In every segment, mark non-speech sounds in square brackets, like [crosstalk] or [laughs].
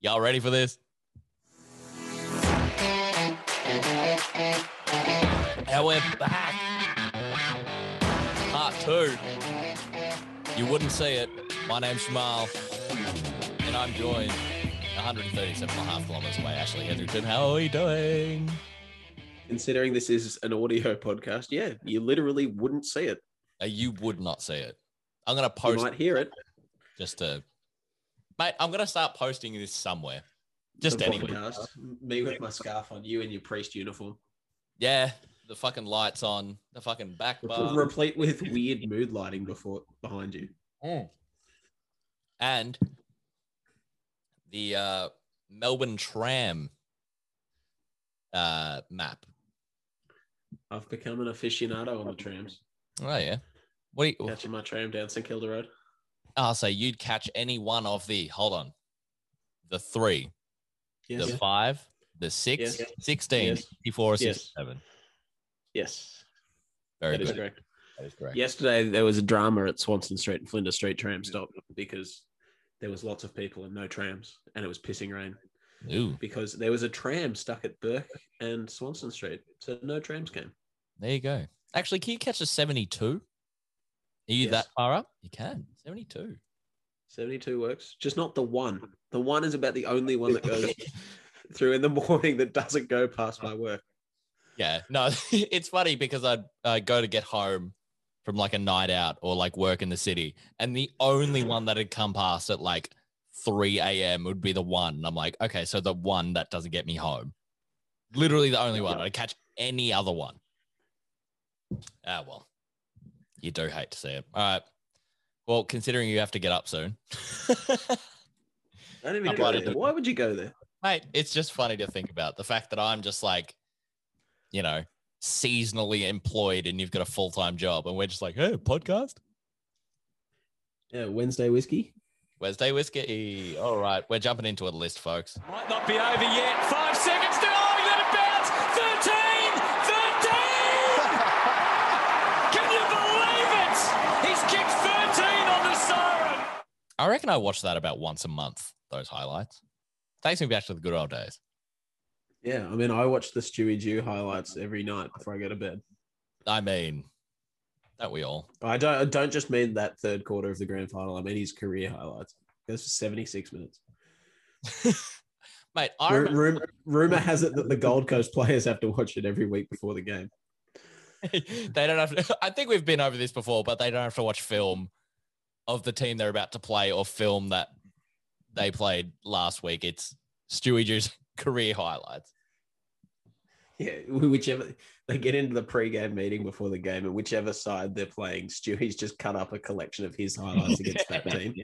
Y'all ready for this? And we're back. Part two. You wouldn't see it. My name's Jamal. And I'm joined 137 and a half kilometers away, Ashley Hendrickson. How are you doing? Considering this is an audio podcast, yeah, you literally wouldn't see it. Uh, you would not see it. I'm going to You post might hear it. just to. Mate, I'm going to start posting this somewhere. Just the anywhere. podcast. Me with my scarf on, you in your priest uniform, Yeah, the fucking lights on, the fucking back bar, replete with [laughs] weird mood lighting before behind you. and the uh, Melbourne tram uh, map. I've become an aficionado on the trams. Oh yeah, what? Do you, Catching my tram down St Kilda Road. I'll say you'd catch any one of the. Hold on, the three, Yes. the five, the six, Yes. sixteen, Yes. sixty-four, Yes. sixty-seven. Yes. Very that is good. correct. That is correct. Yesterday there was a drama at Swanson Street and Flinders Street tram stop because there was lots of people and no trams and it was pissing rain Ooh, because there was a tram stuck at Burke and Swanson Street. So no trams came. there you go. Actually, can you catch a seventy-two? Are you Yes. that far up? You can seventy-two. 72 works. Just not the one. The one is about the only one [laughs] that goes through in the morning that doesn't go past my work. Yeah, no, [laughs] it's funny because I'd uh, go to get home from like a night out or like work in the city, and the only one that had come past at like 3 a.m. would be the one. And I'm like, okay, so the one that doesn't get me home. Literally the only one. I'd catch any other one. Ah, well, you do hate to see it. All right. Well, considering you have to get up soon, [laughs] I don't I even go bloody there. do. Why would you go there? mate, it's just funny to think about the fact that I'm just like, you know, seasonally employed and you've got a full time job, and we're just like, hey, podcast, Yeah, Wednesday whiskey. Wednesday whiskey. All right, we're jumping into a list, folks. Might not be over yet. Five seconds to oh, he let it bounce. [laughs] 13! 13! Can you believe it? He's kicked 13 on the siren. I reckon I watch that about once a month. Those highlights takes me back to the good old days. Yeah, I mean, I watch the Stewie Jew highlights every night before I go to bed. I mean, don't we all? I don't. I don't just mean that third quarter of the grand final. I mean his career highlights. Goes for seventy six minutes. Mate, I Ru- remember, [laughs] rum- rumor has it that the Gold Coast players have to watch it every week before the game. they don't have to. I think we've been over this before, but they don't have to watch film of the team they're about to play or film that they played last week. It's Stewie Jew's [laughs] career highlights. Yeah, whichever they get into the pre-game meeting before the game, and whichever side they're playing, Stewie's just cut up a collection of his [laughs] highlights against that team.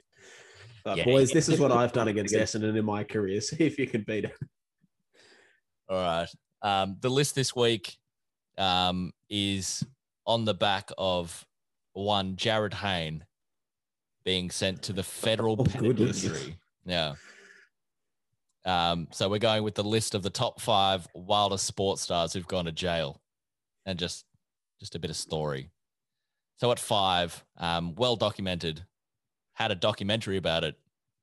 Like, Yeah. boys, this is what [laughs] I've done against Essendon in my career. See if you can beat it. All right. Um, the list this week um, is on the back of one Jared Hayne being sent to the federal Oh, goodness. penitentiary. Yeah. Um, so we're going with the list of the top five wildest sports stars who've gone to jail, and just just a bit of story. So at five, um, well documented, had a documentary about it.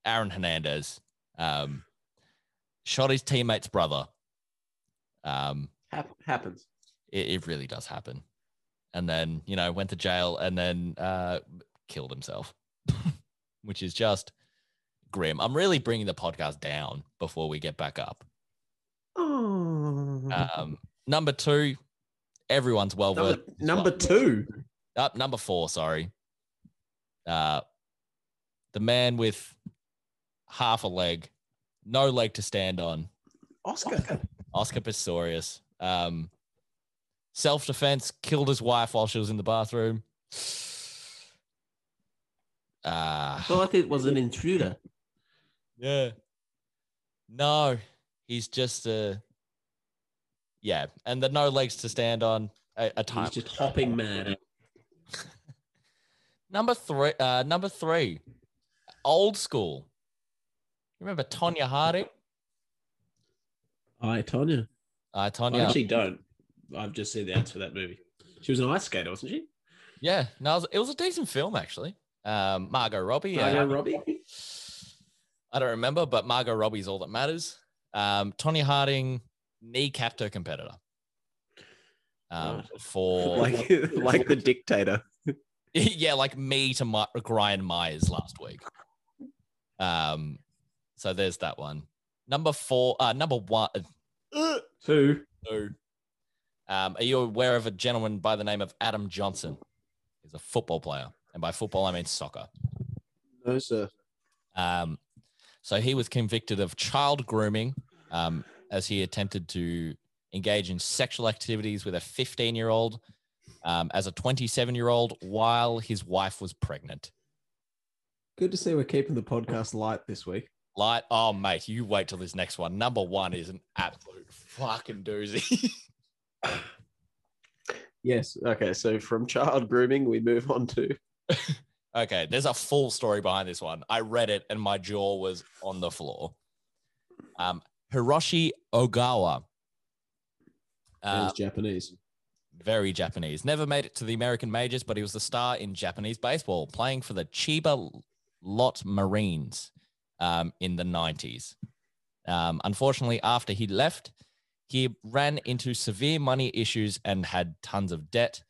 Aaron Hernandez um, shot his teammate's brother. Um, Hap- happens. it, it really does happen. And then, you know, went to jail and then uh, killed himself, [laughs] which is just grim. I'm really bringing the podcast down before we get back up. Oh. Um, number two, everyone's well number, versed. number two. Up number four, sorry. Uh, the man with half a leg, no leg to stand on, Oscar. Oscar Pistorius. Um, Self defense, killed his wife while she was in the bathroom. Uh, Thought it was an intruder. yeah. No, he's just a. Yeah, and the no legs to stand on. A, a time. He's just hopping mad. Number three. Uh, number three. Old school. Remember Tonya Harding? Hi, Tonya. Uh, I Tonya. actually don't. I've just seen the ads for that movie. She was an ice skater, wasn't she? yeah, no, it was, it was a decent film actually. Um, Margot Robbie. uh, Margot Robbie. I don't remember, but Margot Robbie's all that matters. Um, Tony Harding kneecapped her competitor um, Right. for [laughs] like like the dictator. [laughs] yeah, like me to my, Ryan Myers last week. Um, so there's that one. Number four, uh, number one. Two. two. Um, are you aware of a gentleman by the name of Adam Johnson? He's a football player, and by football I mean soccer. No, sir. Um, so he was convicted of child grooming um, as he attempted to engage in sexual activities with a 15 year old um, as a 27 year old while his wife was pregnant. Good to see we're keeping the podcast light this week. Like, oh, mate, you wait till this next one. Number one is an absolute fucking doozy. [laughs] Yes. Okay. So from child grooming, we move on to okay, there's a full story behind this one. I read it and my jaw was on the floor. Um, Hiroshi Ogawa. That Uh, was Japanese. very Japanese. Never made it to the American majors, but he was the star in Japanese baseball, playing for the Chiba Lot Marines um, in the 90s. Um, unfortunately, after he left, he ran into severe money issues and had tons of debt.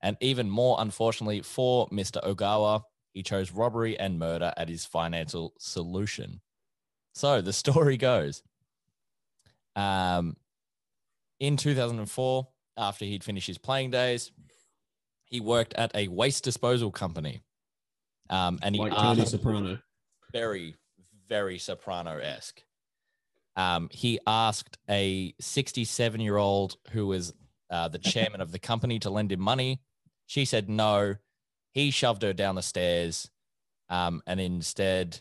And even more unfortunately for Mr. Ogawa, he chose robbery and murder as his financial solution. So the story goes. Um, in 2004, after he'd finished his playing days, he worked at a waste disposal company. Um, and he Like asked- Tony Soprano. very, very soprano esque. Um, he asked a 67 year old who was uh, the chairman of the company to lend him money. She said no. He shoved her down the stairs. Um, and instead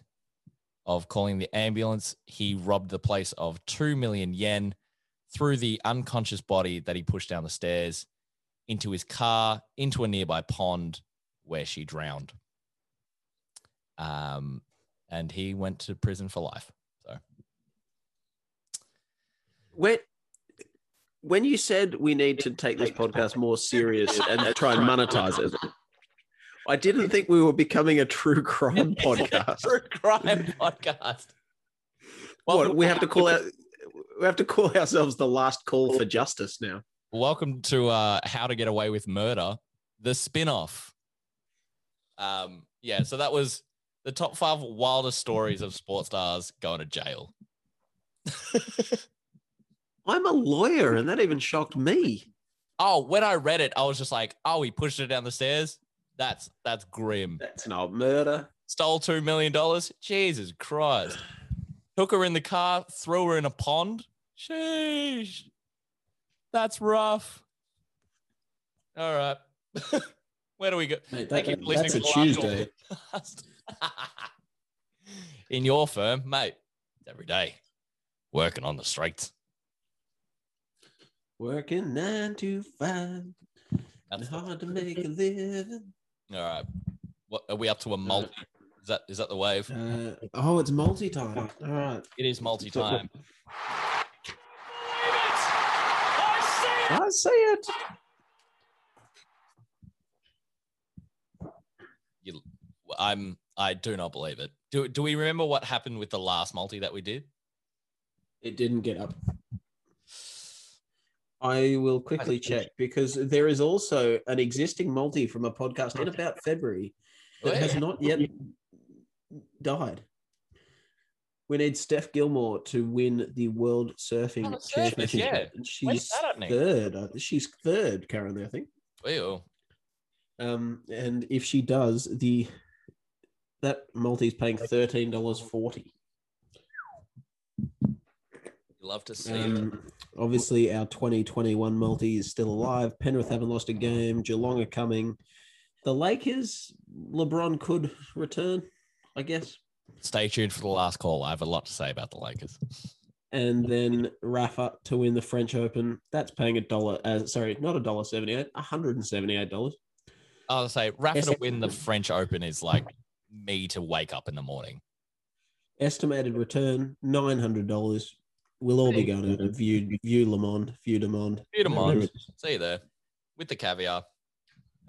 of calling the ambulance, he robbed the place of 2 million yen, threw the unconscious body that he pushed down the stairs into his car, into a nearby pond where she drowned. Um, and he went to prison for life. When when you said we need to take this podcast more serious and try and monetize it, I didn't think we were becoming a true crime podcast. [laughs] [laughs] True [laughs] crime podcast. What we have to call out. We have to call ourselves the last call for justice now. Welcome to uh, How to Get Away with Murder, the spin-off. Um, yeah, so that was the top five wildest stories of sports stars going to jail. I'm a lawyer, and that even shocked me. Oh, when I read it, I was just like, oh, he pushed her down the stairs. That's that's grim. That's an old murder. Stole two million dollars. Jesus Christ. Took her in the car, threw her in a pond. Sheesh. That's rough. All right. [laughs] Where do we go? that- Thank you for that's listening a to the last Tuesday. one. [laughs] in your firm, mate, it's every day. Working on the streets. Working nine to five, That's [laughs] hard to make a living. all right. What are we up to a multi? Is that is that the wave? Uh, oh, it's multi time. All right. It is multi time. Believe it! I see it! I see it. I'm I do not believe it. Do do we remember what happened with the last multi that we did? It didn't get up. I will quickly check because there is also an existing multi from a podcast in about February that has not yet died. We need Steph Gilmore to win the World Surfing Oh, surfing, Championship. yeah. And When's She's that happening? third. I- She's third currently, I think. Ew. Um, and if she does, the that multi's paying thirteen dollars forty. You love to see it. Um, obviously, our twenty twenty one multi is still alive. Penrith haven't lost a game. Geelong are coming. The Lakers, LeBron could return, I guess. Stay tuned for the last call. I have a lot to say about the Lakers. And then Rafa to win the French Open. That's paying a dollar. Uh, sorry, not a dollar seventy eight. One hundred and seventy eight dollars. I'll say Rafa Yes, to it- win the French Open is like me to wake up in the morning. Estimated return nine hundred dollars. We'll all be going to view view Lamond, view Demond. View Lamond. See you there with the caviar.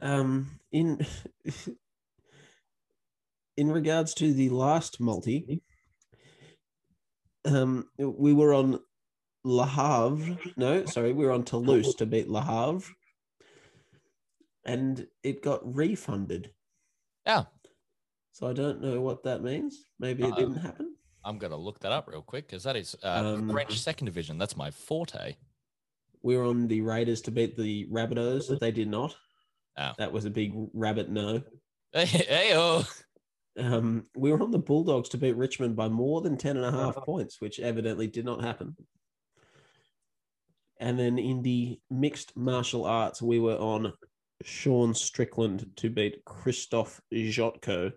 Um, in [laughs] in regards to the last multi, um, we were on Le Havre. No, sorry, we were on Toulouse to beat Le Havre, and it got refunded. Yeah. So I don't know what that means. Maybe it Uh-oh. didn't happen. I'm gonna look that up real quick because that is uh, Um, French second division. That's my forte. [laughs] We were on the Raiders to beat the Rabbitohs. They did not. Oh. That was a big rabbit no. Hey, hey oh, Um, we were on the Bulldogs to beat Richmond by more than 10 and a half points, which evidently did not happen. And then in the mixed martial arts, we were on Sean Strickland to beat Christophe Jotko.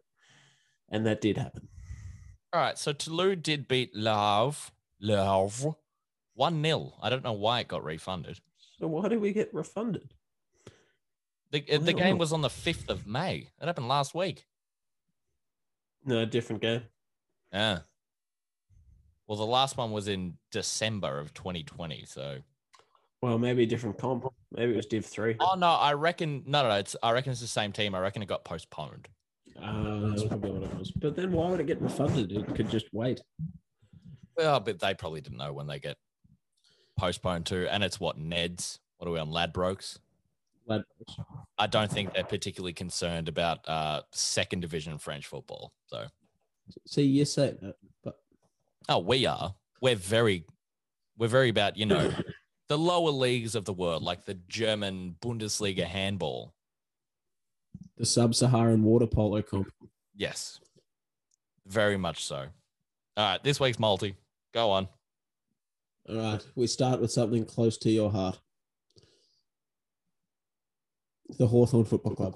And that did happen. all right. So Toulouse did beat Love, Love, one 0 I don't know why it got refunded. So why did we get refunded? The, uh, the Wow. game was on the fifth of May. That happened last week. No, different game. Yeah. Well, the last one was in December of 2020. So, Well, maybe a different comp. Maybe it was Div 3. oh no, I reckon no, no, no, it's I reckon it's the same team. I reckon it got postponed. Uh, that's probably what it was. But then why would it get refunded? It could just wait. Well, but they probably didn't know when they get postponed to. And it's what Ned's. What are we on Ladbrokes? Lad- I don't think they're particularly concerned about uh, second division French football. So, See, you say that. oh, we are. We're very, we're very about you know the lower leagues of the world, like the German Bundesliga handball. The sub Saharan water polo comp. Yes. Very much so. All right, this week's multi. Go on. All right, we start with something close to your heart. The Hawthorn Football Club.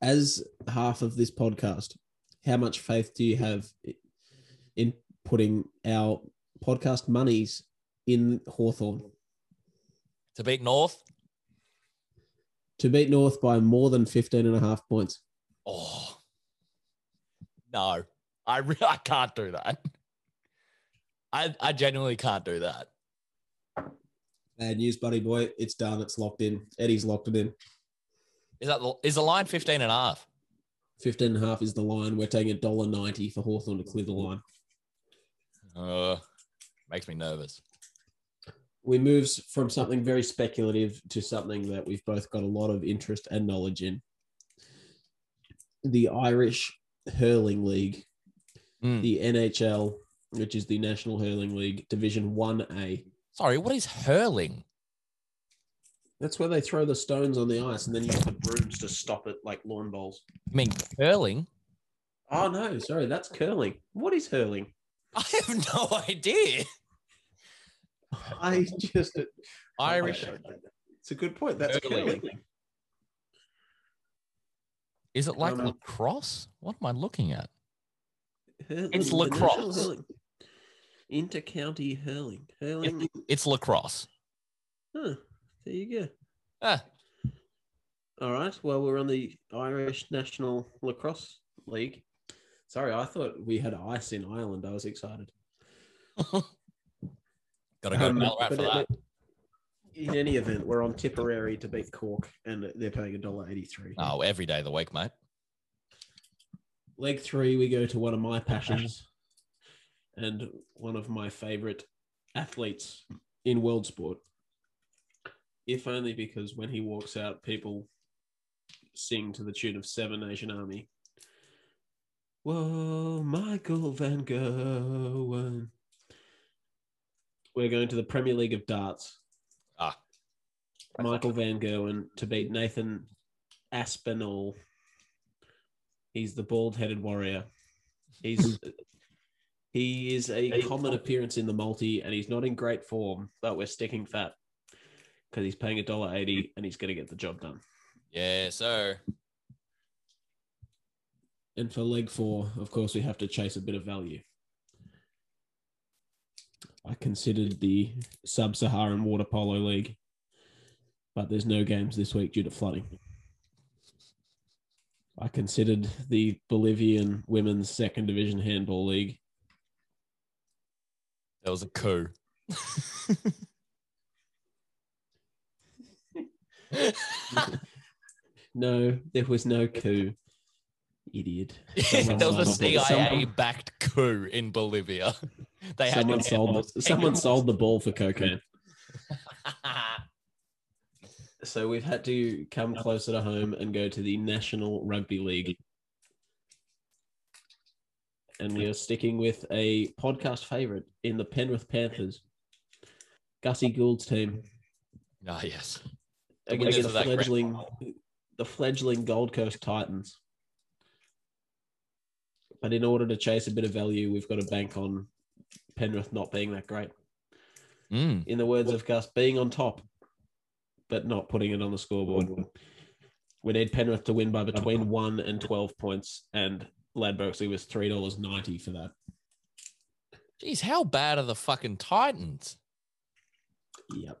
As half of this podcast, how much faith do you have i- in putting our podcast monies in Hawthorn To beat North. to beat North by more than 15 and a half points? Oh. No. I re- [laughs] I can't do that. I I genuinely can't do that. Bad news, buddy boy. It's done. It's locked in. Eddie's locked it in. Is that the- is the line 15 and a half? 15 and a half is the line. We're taking $1.90 for Hawthorn to clear the line. Uh, makes me nervous. we moves from something very speculative to something that we've both got a lot of interest and knowledge in. The Irish Hurling League, Mm. the NHL, which is the National Hurling League, Division 1A. Sorry, what is hurling? That's where they throw the stones on the ice and then use the brooms to stop it like lawn bowls. I mean curling? Oh, no, sorry, that's curling. What is hurling? [laughs] I have no idea. I just. [laughs] Irish It's a good point. That's Hurling. curling. is it like Um, lacrosse? What am I looking at? Hurling, It's the national lacrosse. hurling. Inter-county hurling. Hurling. It's lacrosse. Huh, there you go. Ah, All right. Well, we're on the Irish National Lacrosse League. Sorry, I thought we had ice in Ireland. I was excited. gotta go to Um, Ballarat for but it- that. in any event, we're on Tipperary to beat Cork, and they're paying $1.83. Oh, every day of the week, mate. Leg three, we go to one of my passions and one of my favorite athletes in world sport. If only because when he walks out, people sing to the tune of Seven Nation Army. Whoa, Michael Van Gogh. We're going to the Premier League of Darts. Ah. Michael Van Gerwen to beat Nathan Aspinall. He's the bald-headed warrior. He's he is a common appearance in the multi, and he's not in great form, but we're sticking fat because he's paying a dollar eighty, and he's going to get the job done. Yeah, sir. And for leg four, of course, we have to chase a bit of value. I considered the Sub-Saharan Water Polo League, but there's no games this week due to flooding. I considered the Bolivian Women's Second Division Handball League, That was a coup. [laughs] No, there was no coup. Idiot. there Someone was a sold it. Someone- CIA backed coup in Bolivia. [laughs] They had Someone to [laughs] sold the, someone sold the ball for cocaine. Ah, So we've had to come closer to home and go to the National Rugby League. And we are sticking with a podcast favorite in the Penrith Panthers, Gussie Gould's team Ah, yes. The winners against of the that grand fledgling, the fledgling Gold Coast Titans. But in order to chase a bit of value, we've got to bank on Penrith not being that great. Mm. in the words of Gus, being on top, but not putting it on the scoreboard. We need Penrith to win by between one and twelve points, and Lad Berksley was three dollars ninety for that. Jeez, how bad are the fucking Titans? Yep.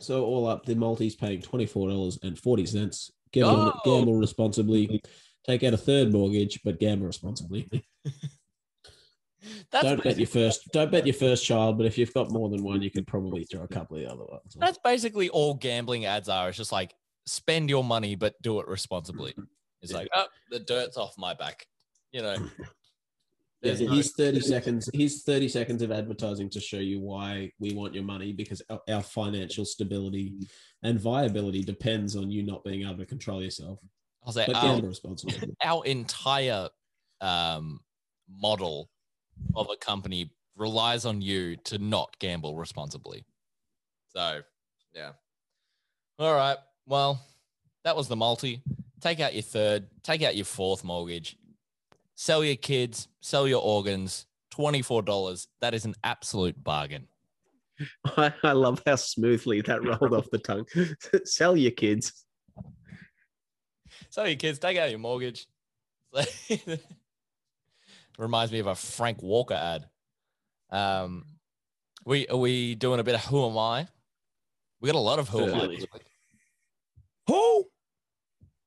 So all up, the Maltese paying twenty four dollars and forty cents. Gamble, Oh! gamble responsibly. Take out a third mortgage, but gamble responsibly. That's don't bet basi- your first. Don't bet your first child, but if you've got more than one, you could probably throw a couple of the other ones. on. That's basically all gambling ads are. It's just like spend your money, but do it responsibly. Mm-hmm. It's like, oh, the dirt's off my back. You [laughs] know, Yeah, There's no- he's 30 seconds. He's 30 seconds of advertising to show you why we want your money because our, our financial stability and viability depends on you not being able to control yourself. I was like, But our, gamble responsibly. our entire um, model of a company relies on you to not gamble responsibly. So, yeah. All right. Well, that was the multi. Take out your third, take out your fourth mortgage, sell your kids, sell your organs. $24. That is an absolute bargain. [laughs] I, I love how smoothly that rolled off the tongue. [laughs] Sell your kids. Sell your kids, take out your mortgage. [laughs] Reminds me of a Frank Walker ad. Um, we are we doing a bit of Who Am I? We got a lot of Who Am I. Certainly. this week. Who?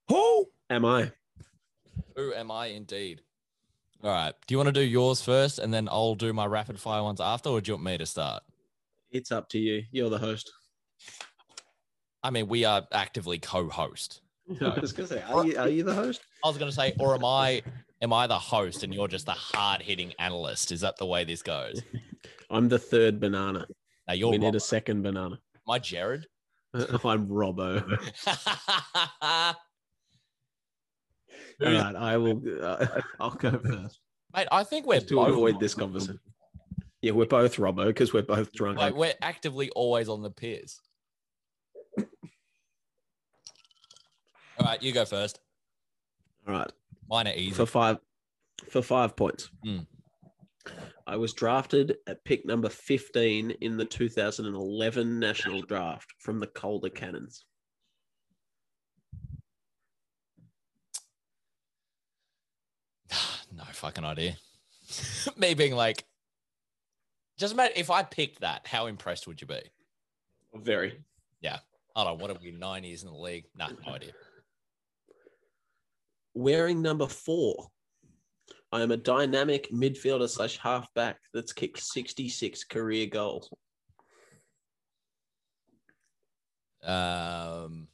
Who? Am I? Who am I indeed? All right. Do you want to do yours first, and then I'll do my rapid fire ones after, or do you want me to start? It's up to you. You're the host. [laughs] I mean, we are actively co-host. I was gonna say, are you, are you the host? I was going to say, or am I? Am I the host, and you're just the hard-hitting analyst? Is that the way this goes? I'm the third banana. Now you're we need Rob. a second banana. [laughs] my Jared. [laughs] I'm [laughs] Robbo. All Who's- right, I will. Uh, [laughs] I'll go first Mate, I think we're to both, avoid this conversation. Yeah, we're both Robbo because we're both drunk. like, we're actively always on the piers. [laughs] All right, you go first. All right. Mine are easy. for five for five points. Hmm. Mm. I was drafted at pick number 15 in the 2011 national draft from the Calder Cannons. [sighs] no fucking idea. [laughs] Me being like, just imagine if I picked that, how impressed would you be? Very. Hold on, what are we, nine years in the league? Nah, no idea. Wearing number four. I am a dynamic midfielder slash halfback that's kicked 66 career goals. Um,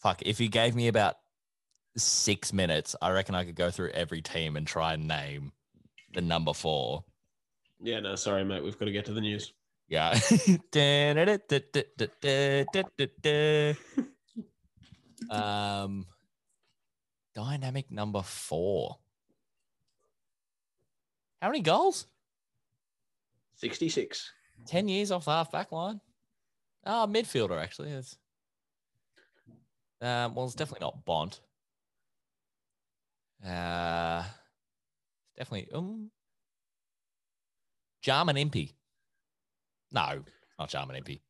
fuck, if you gave me about six minutes, I reckon I could go through every team and try and name the number four. yeah, no, sorry, mate. We've got to get to the news. Yeah. [laughs] um, dynamic number four. How many goals? 66. 10 years off the half back line. Ah, midfielder, actually. It's, um, well, it's definitely not Bond. Uh, definitely. Um, Jarman Impey. No, not Jarman Impey.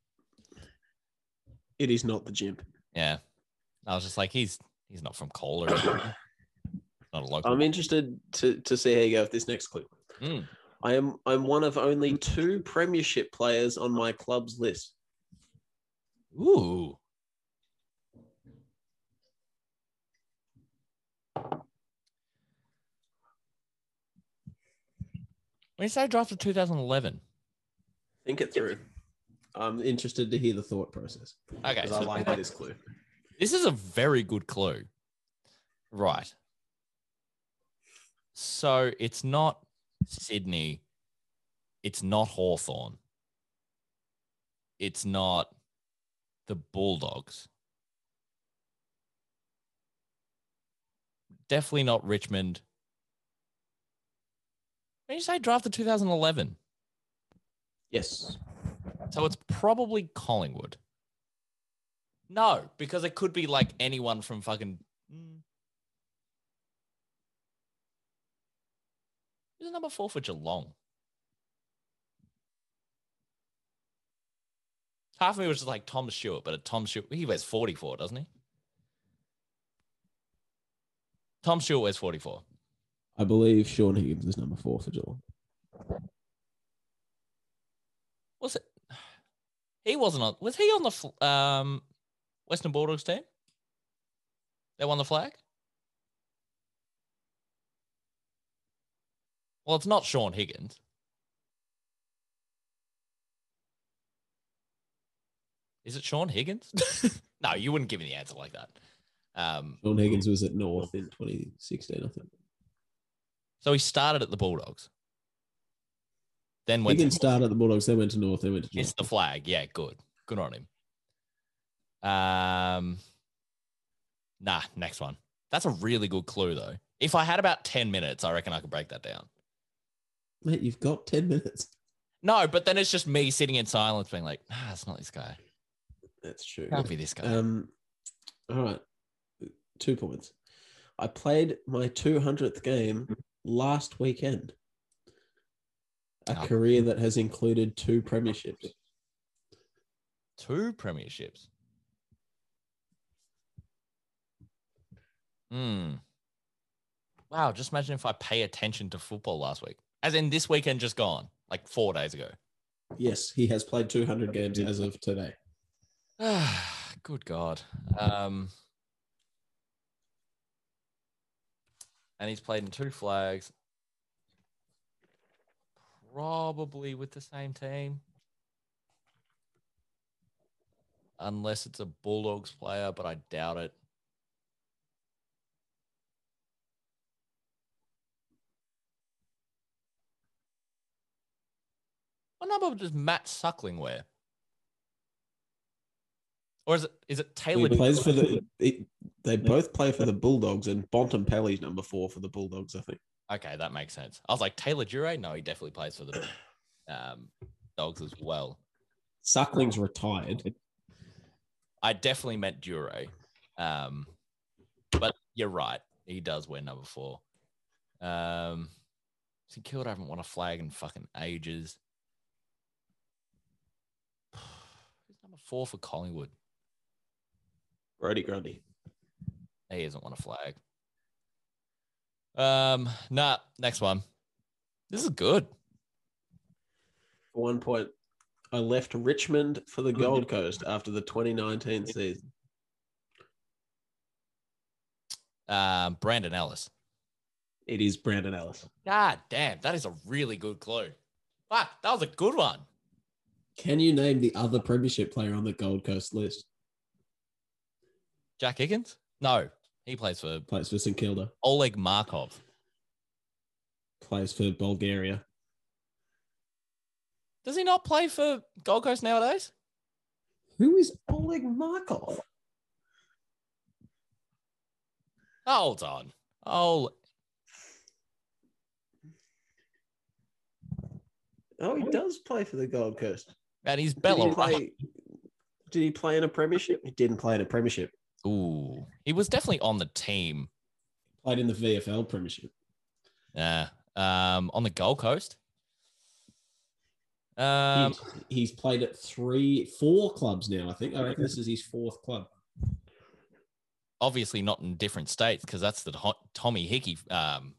It is not the gym. Yeah. I was just like, he's he's not from Kohler. [coughs] not a local. I'm interested to, to see how you go with this next clue. Mm. I am I'm one of only two premiership players on my club's list. Ooh. When you say drafted 2011. Think it through. I'm interested to hear the thought process Okay. because I so like this clue. This is a very good clue. Right. So it's not Sydney. It's not Hawthorn. It's not the Bulldogs. Definitely not Richmond. When you say draft the 2011, Yes. so it's probably Collingwood. No, because it could be like anyone from fucking. Mm. Who's number four for Geelong? Half of me was just like Tom Stewart, but a Tom Stewart, he wears 44, doesn't he? Tom Stewart wears 44. I believe Sean Higgins is number four for Geelong. Was it? He wasn't on. Was he on the fl- um, Western Bulldogs team? They won the flag. Well, it's not Sean Higgins. Is it Sean Higgins? no, you wouldn't give me the answer like that. Um, Sean Higgins was at North in 2016, I think. so he started at the Bulldogs, then went to Higgins started at the Bulldogs, they went to North, they went to Geelong. It's the flag. Yeah, good. Good on him. Um, nah, next one. That's a really good clue, though. If I had about 10 minutes, I reckon I could break that down. Mate, you've got 10 minutes. No, but then it's just me sitting in silence being like, nah, it's not this guy. That's true. Can't be this guy. Um, all right, two points. I played my 200th game last weekend. A Oh. career that has included two premierships. Two premierships. Hmm. Wow, just imagine if I pay attention to football last week. As in this weekend just gone, like four days ago. [sighs] Yes, he has played 200 games as of today. Good God. Um, and he's played in two flags, probably with the same team. Unless it's a Bulldogs player, but I doubt it. What number does Matt Suckling wear? Or is it is it He Taylor? plays for [laughs] the. he- they both play for the Bulldogs, and Bonton Pelly's number four for the Bulldogs, I think. Okay, that makes sense. I was like Taylor Dure. No, he definitely plays for the um, Dogs as well. Suckling's retired. I definitely meant Dure, um, but you're right. He does wear number four. Um, St Kilda haven't won a flag in fucking ages. [sighs] Who's number four for Collingwood? Brody Grundy. He doesn't want a flag. Um, nah, next one. This is good. For one point, I left Richmond for the Gold Coast after the 2019 season. Um, Brandon Ellis. It is Brandon Ellis. God damn, that is a really good clue. Fuck, that was a good one. Can you name the other Premiership player on the Gold Coast list? Jack Higgins? No, he plays for Plays for St Kilda. Oleg Markov. Plays for Bulgaria. Does he not play for Gold Coast nowadays? Who is Oleg Markov? Hold on. Oh, oh, he does play for the Gold Coast. and he's Did he, Bella. play, did he play in a premiership? He didn't play in a premiership. Ooh, he was definitely on the team. Played in the VFL Premiership. Yeah. Um, on the Gold Coast. Um, He- he's played at three, four clubs now, I think. I reckon this is his fourth club. obviously not in different states because that's the hot Tommy Hickey, um,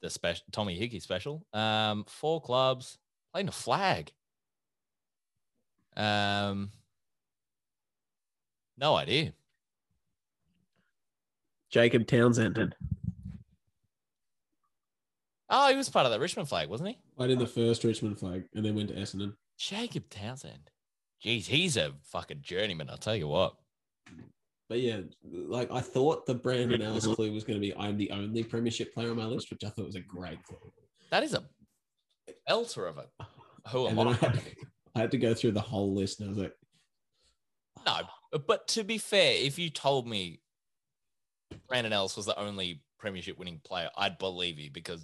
the special Tommy Hickey special. Um, four clubs playing a flag. Um, no idea. Jacob Townsend. Oh, he was part of that Richmond flag, wasn't he? Played in the first Richmond flag and then went to Essendon. Jacob Townsend. Jeez, he's a fucking journeyman. I'll tell you what. But yeah, like I thought the Brandon Ellis clue was going to be I'm the only Premiership player on my list, which I thought was a great clue. That is a belter of a who And am then I I? had, I had to go through the whole list, and I was like, No, but to be fair, if you told me Brandon Ellis was the only Premiership winning player, I'd believe you because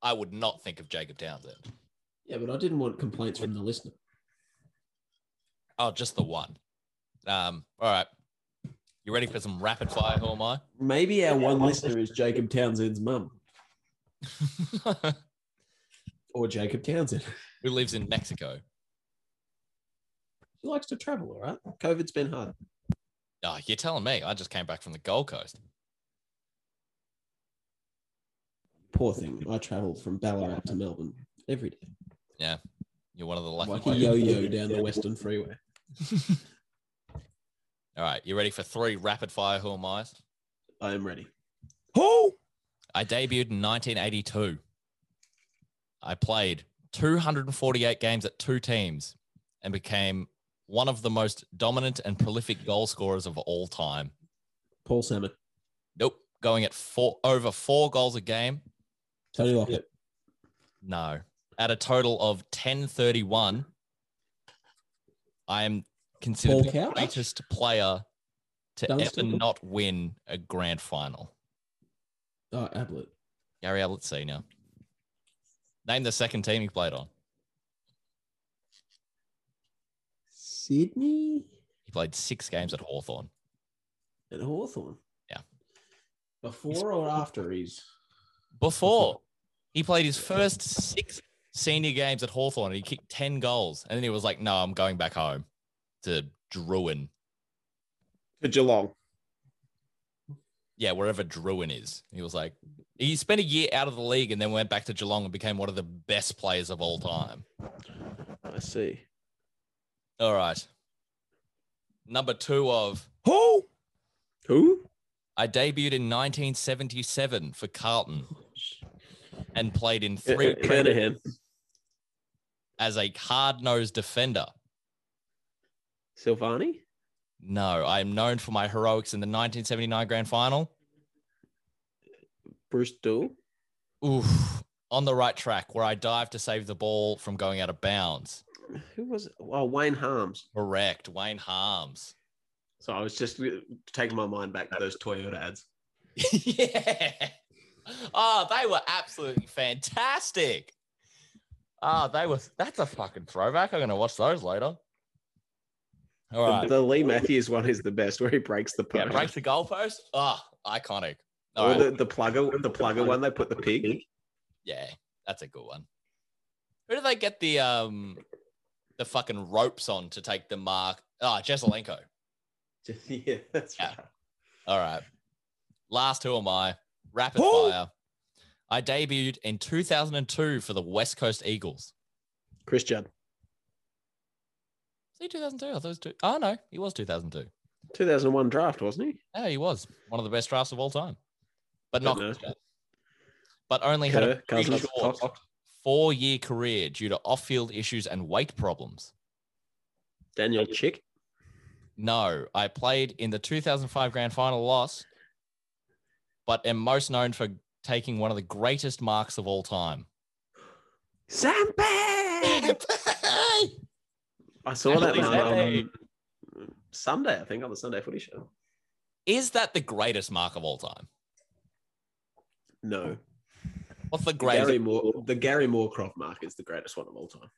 I would not think of Jacob Townsend. yeah, but I didn't want complaints from the listener. Oh, just the one. Um, all right. You ready for some rapid fire? Who am I? Maybe our one listener is Jacob Townsend's mum or Jacob [laughs] Townsend. [laughs] Who lives in Mexico? He likes to travel, all right? COVID's been hard. Oh, you're telling me. I just came back from the Gold Coast. Poor thing. I travel from Ballarat to Melbourne every day. You're one of the lucky Like a ones. yo yo down the Western Freeway. All right. You ready for three rapid fire? Who am I? I am ready. Who? I debuted in 1982. I played 248 games at two teams and became one of the most dominant and prolific goal scorers of all time. Paul Salmon, Nope. Going at four over four goals a game. Tony Lockett, No. At a total of 1031, I am considered Paul the Couch? greatest player to Dunstan? ever not win a grand final. oh, Ablett, Gary Ablett Sr. Name the second team he played on. Sydney, He played six games at Hawthorn. and Hawthorn. Yeah. Before or after he's Before he played his first six senior games at Hawthorn and he kicked 10 goals. And then he was like, no, I'm going back home to Druin. To Geelong. yeah, wherever Druin is. He was like, he spent a year out of the league and then went back to Geelong and became one of the best players of all time. I see. All right. Number two of who? Who? I debuted in 1977 for Carlton and played in Uh, three uh, Kernahan. as a hard nosed defender. Silvani. No, I am known for my heroics in the 1979 grand final. Bruce Dool. Oof. On the right track, where I dive to save the ball from going out of bounds. Who was it? Oh, Wayne Harms. Correct. Wayne Harms. [laughs] So I was just uh, taking my mind back to those Toyota ads. yeah. Oh, they were absolutely fantastic. Oh, they were. That's a fucking throwback. I'm gonna watch those later. All The, right. the Lee Matthews one is the best, where he breaks the Yeah, post. breaks the goalpost. Oh, iconic. All or right. the, the plugger, the plugger one. They put the pig. Yeah, that's a good one. Who did they get the um the fucking ropes on to take the mark? Oh, Jezelenko. [laughs] yeah, that's Yeah. right. All right. Last who am I? Rapid Who? fire. I debuted in 2002 for the West Coast Eagles. Chris Judd, Was he 2002? I thought it was two. Oh, no, he was 2002. 2001 draft, wasn't he? Yeah, he was one of the best drafts of all time, but not. Don't But only had a Kerr, pretty Cousins, short Cox, four-year career due to off-field issues and weight problems. Daniel Chick, No, I played in the 2005 grand final loss, but am most known for taking one of the greatest marks of all time. Zampe. I saw that Actually, one Zampe. on Sunday, I think, on the Sunday Footy Show. Is that the greatest mark of all time? No, What's the greatest? Gary Moore, the Gary Moorcroft mark is the greatest one of all time.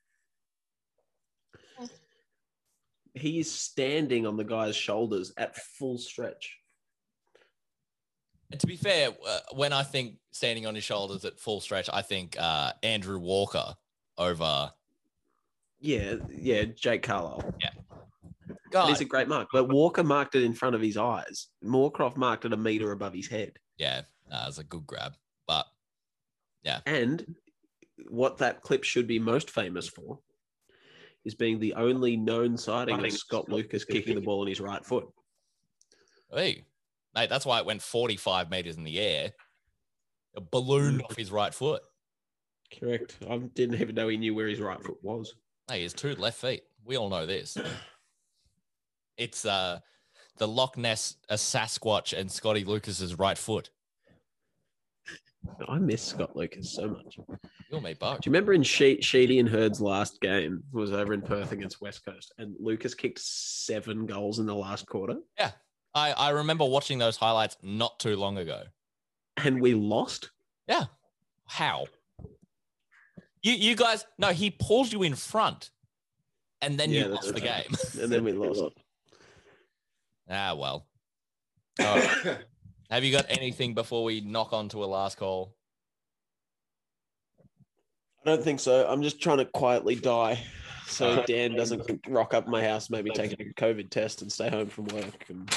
He is standing on the guy's shoulders at full stretch. And to be fair, uh, when I think standing on his shoulders at full stretch, I think uh, Andrew Walker over Yeah, yeah, Jake Carlisle. It God. is a great mark, but Walker marked it in front of his eyes. Moorcroft marked it a meter above his head. yeah, uh, it's a good grab. But And what that clip should be most famous for is being the only known sighting of Scott Lucas kicking the ball in his right foot. hey, mate, that's why it went 45 meters in the air, it ballooned off his right foot. Correct. I didn't even know he knew where his right foot was. [coughs] Hey, his two left feet. We all know this. It's uh, the Loch Ness, a Sasquatch, and Scotty Lucas's right foot. I miss Scott Lucas so much. You'll make buck. Do you remember in she- Sheedy and Herd's last game was over in Perth against West Coast, and Lucas kicked seven goals in the last quarter, I, I remember watching those highlights not too long ago. and we lost. How? You you guys? No, he pulled you in front, and then Yeah, you that's lost the right. game. And then we lost. [laughs] ah well. All right. [coughs] Have you got anything before we knock on to a last call? I don't think so. I'm just trying to quietly die, so Dan doesn't rock up my house, maybe take a COVID test, and stay home from work. And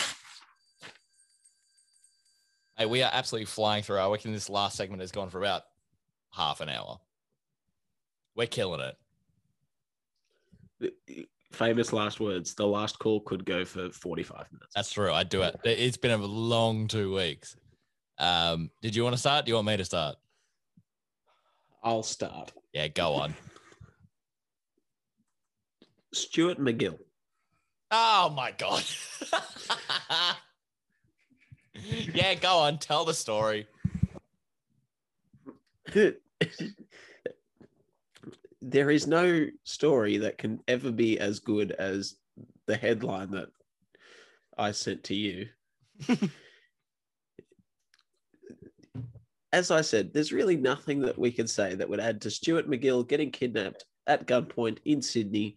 Hey, we are absolutely flying through. I reckon this last segment has gone for about half an hour. We're killing it. famous last words. The last call could go for 45 minutes. That's true. I do it. It's been a long two weeks. Um, did you want to start? Do you want me to start? I'll start. Yeah, go on. Stuart McGill. [laughs] Oh my god. [laughs] yeah, go on. Tell the story. there is no story that can ever be as good as the headline that I sent to you. as I said, there's really nothing that we can say that would add to Stuart McGill getting kidnapped at gunpoint in Sydney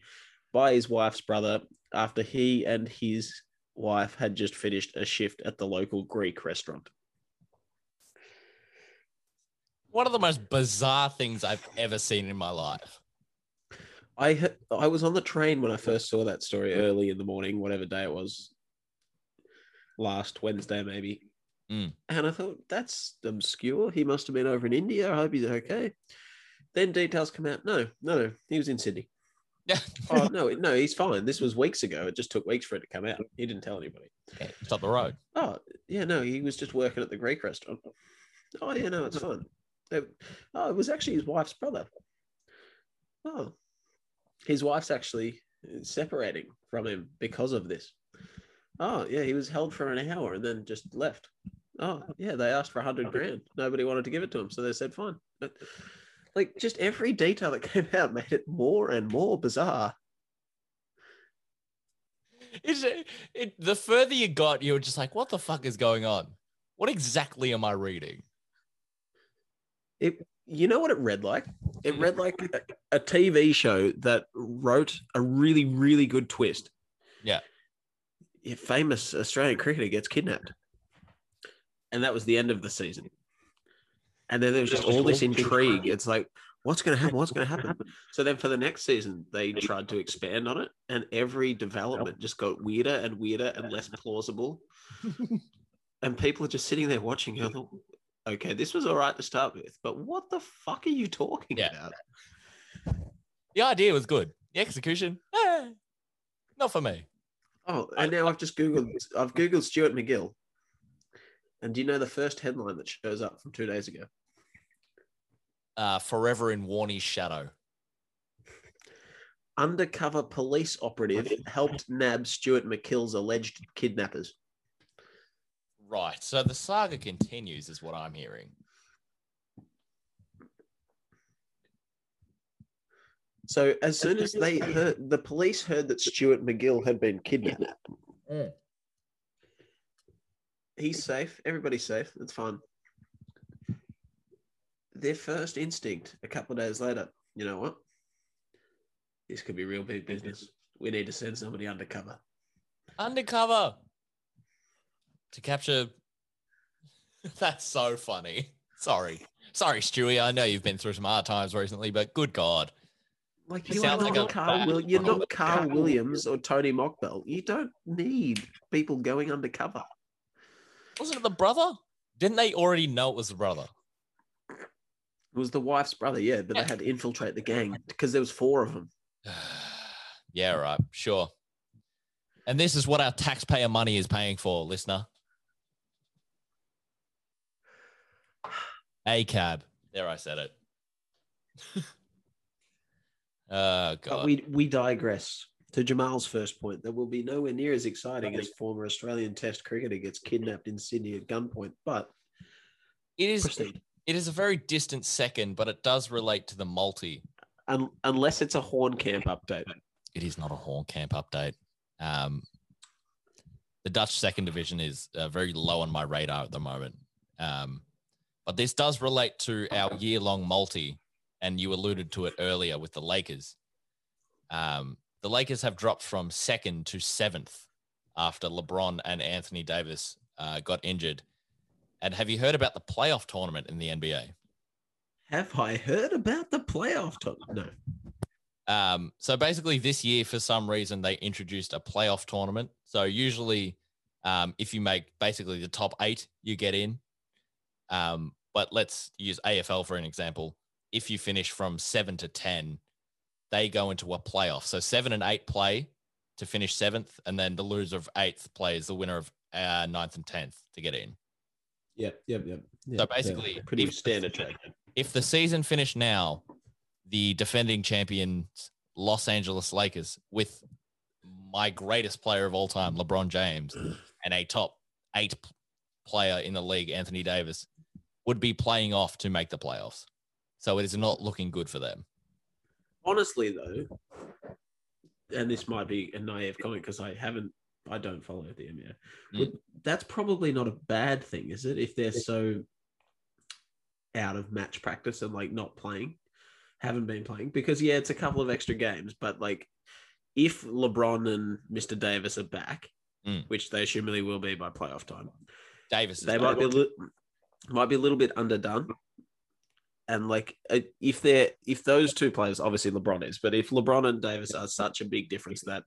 by his wife's brother after he and his wife had just finished a shift at the local Greek restaurant. One of the most bizarre things I've ever seen in my life. I he- I was on the train when I first saw that story early in the morning, whatever day it was, last Wednesday maybe. Mm. And I thought that's obscure. He must have been over in India. I hope he's okay. Then details come out. No, no, no. He was in Sydney. Yeah. oh no, no, he's fine. This was weeks ago. It just took weeks for it to come out. He didn't tell anybody. It's up the road. Oh, yeah, no, he was just working at the Greek restaurant. Oh, yeah, no, it's fine. It- oh, it was actually his wife's brother. Oh, his wife's actually separating from him because of this. Oh, yeah, he was held for an hour and then just left. Oh, yeah, they asked for a 100 grand. Nobody wanted to give it to him, so they said fine. But, like, just every detail that [laughs] came out made it more and more bizarre. It's, it, the further you got, you were just like, what the fuck is going on? What exactly am I reading? It, you know what it read like? It read like a, a TV show that wrote a really, really good twist. Yeah. Your famous Australian cricketer gets kidnapped. And that was the end of the season. And then there was just all this intrigue. It's like, what's going to happen? What's going to happen? So then for the next season, they tried to expand on it. And every development just got weirder and weirder and less [laughs] plausible. and people are just sitting there watching. Going, "Oh, okay, this was all right to start with, but what the fuck are you talking Yeah. about? The idea was good. The execution, eh, not for me. Oh, and now I've just googled. I've googled Stuart McGill, and do you know the first headline that shows up from two days ago? Uh, forever in Warnie's shadow. Undercover police operative helped nab Stuart McGill's alleged kidnappers. Right. So the saga continues, is what I'm hearing. So as soon [laughs] as they heard, the police heard that Stuart McGill had been kidnapped. Mm. He's safe. Everybody's safe. It's fine. Their first instinct a couple of days later, you know what? This could be real big business. We need to send somebody undercover. undercover to capture. [laughs] That's so funny. Sorry, sorry, Stewie. I know you've been through some hard times recently, but good God, Like It you are sounds not like a Carl bad Will, you're model. not Carl Williams or Tony Mockbell. You don't need people going undercover. wasn't it the brother? Didn't they already know it was the brother? It was the wife's brother, yeah, but Yeah. they had to infiltrate the gang because there was four of them. [sighs] yeah, right. Sure. And this is what our taxpayer money is paying for, listener. A cab. There, I said [laughs] it. oh God. Oh, But we we digress. to Jamal's first point, that will be nowhere near as exciting as former Australian Test cricketer gets kidnapped in Sydney at gunpoint. But It is proceed, it is a very distant second, but it does relate to the multi. Un- unless it's a Horn Camp update. It is not a Horn Camp update. Um, the Dutch second division is uh, very low on my radar at the moment. Um, but this does relate to our year long multi, and you alluded to it earlier with the Lakers. Um, the Lakers have dropped from second to seventh after LeBron and Anthony Davis uh, got injured. And have you heard about the playoff tournament in the NBA? Have I heard about the playoff top? No. Um, so basically, this year, for some reason, they introduced a playoff tournament. So usually, um, if you make basically the top eight, you get in. Um, but let's use AFL for an example. If you finish from seven to 10, they go into a playoff. So seven and eight play to finish seventh, and then the loser of eighth plays the winner of uh, ninth and 10th to get in. Yep, yep, yep. So basically, Pretty if- standard track. if the season finished now, the defending champions Los Angeles Lakers with my greatest player of all time, LeBron James, and a top eight p- player in the league, Anthony Davis, would be playing off to make the playoffs. So it is not looking good for them. Honestly, though, and this might be a naive comment because I haven't, I don't follow the NBA. Would- That's probably not a bad thing, is it? If they're so out of match practice and like not playing, haven't been playing, because yeah, it's a couple of extra games, but like if LeBron and Mr. Davis are back, Mm. which they assumably will be by playoff time, Davis is they might be a little, might be a little bit underdone. And like uh, if they're if those two players, obviously LeBron is, but if LeBron and Davis are such a big difference that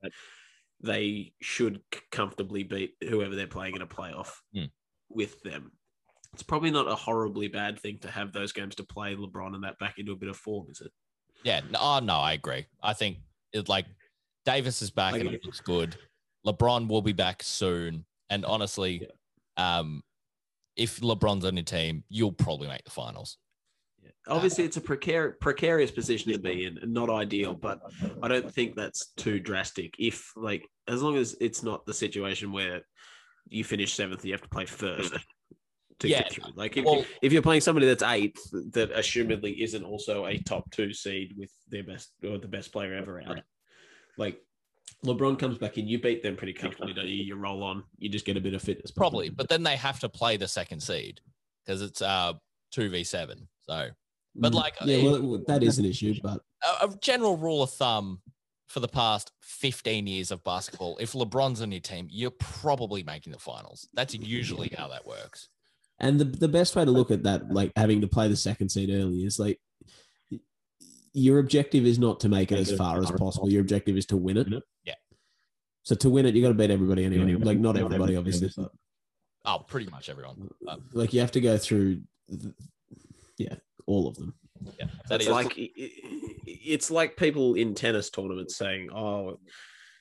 they should c- comfortably beat whoever they're playing in a playoff Hmm. with them. It's probably not a horribly bad thing to have those games to play LeBron and that back into a bit of form, is it? Yeah. No, oh, no, I agree. I think it like Davis is back Like- and it looks good. LeBron will be back soon. And honestly, um, if LeBron's on your team, you'll probably make the finals. Obviously, it's a precar- precarious position to be in, and not ideal, but I don't think that's too drastic. If, like, as long as it's not the situation where you finish seventh, you have to play first to Yeah. get through. Like, if, Well, if you're playing somebody that's eighth, that assumedly isn't also a top two seed with their best or the best player ever out, like, LeBron comes back in, you beat them pretty comfortably, don't you? You roll on, you just get a bit of fitness. back. probably, but then they have to play the second seed because it's uh two v seven. So a, but, like, yeah, it- well, it- well, that is an issue, but a general rule of thumb for the past fifteen years of basketball, if LeBron's on your team, you're probably making the finals. That's usually how that works. And the, the best way to look at that, like having to play the second seed early, is like y- your objective is not to make it as far as possible. Your objective is to win it. Yeah. So to win it, you got to beat everybody anyway. Like not everybody, obviously. Oh, pretty much everyone. but, Like you have to go through, th- yeah, all of them. Yeah, that That's is like i- i- it's like people in tennis tournaments saying, "Oh,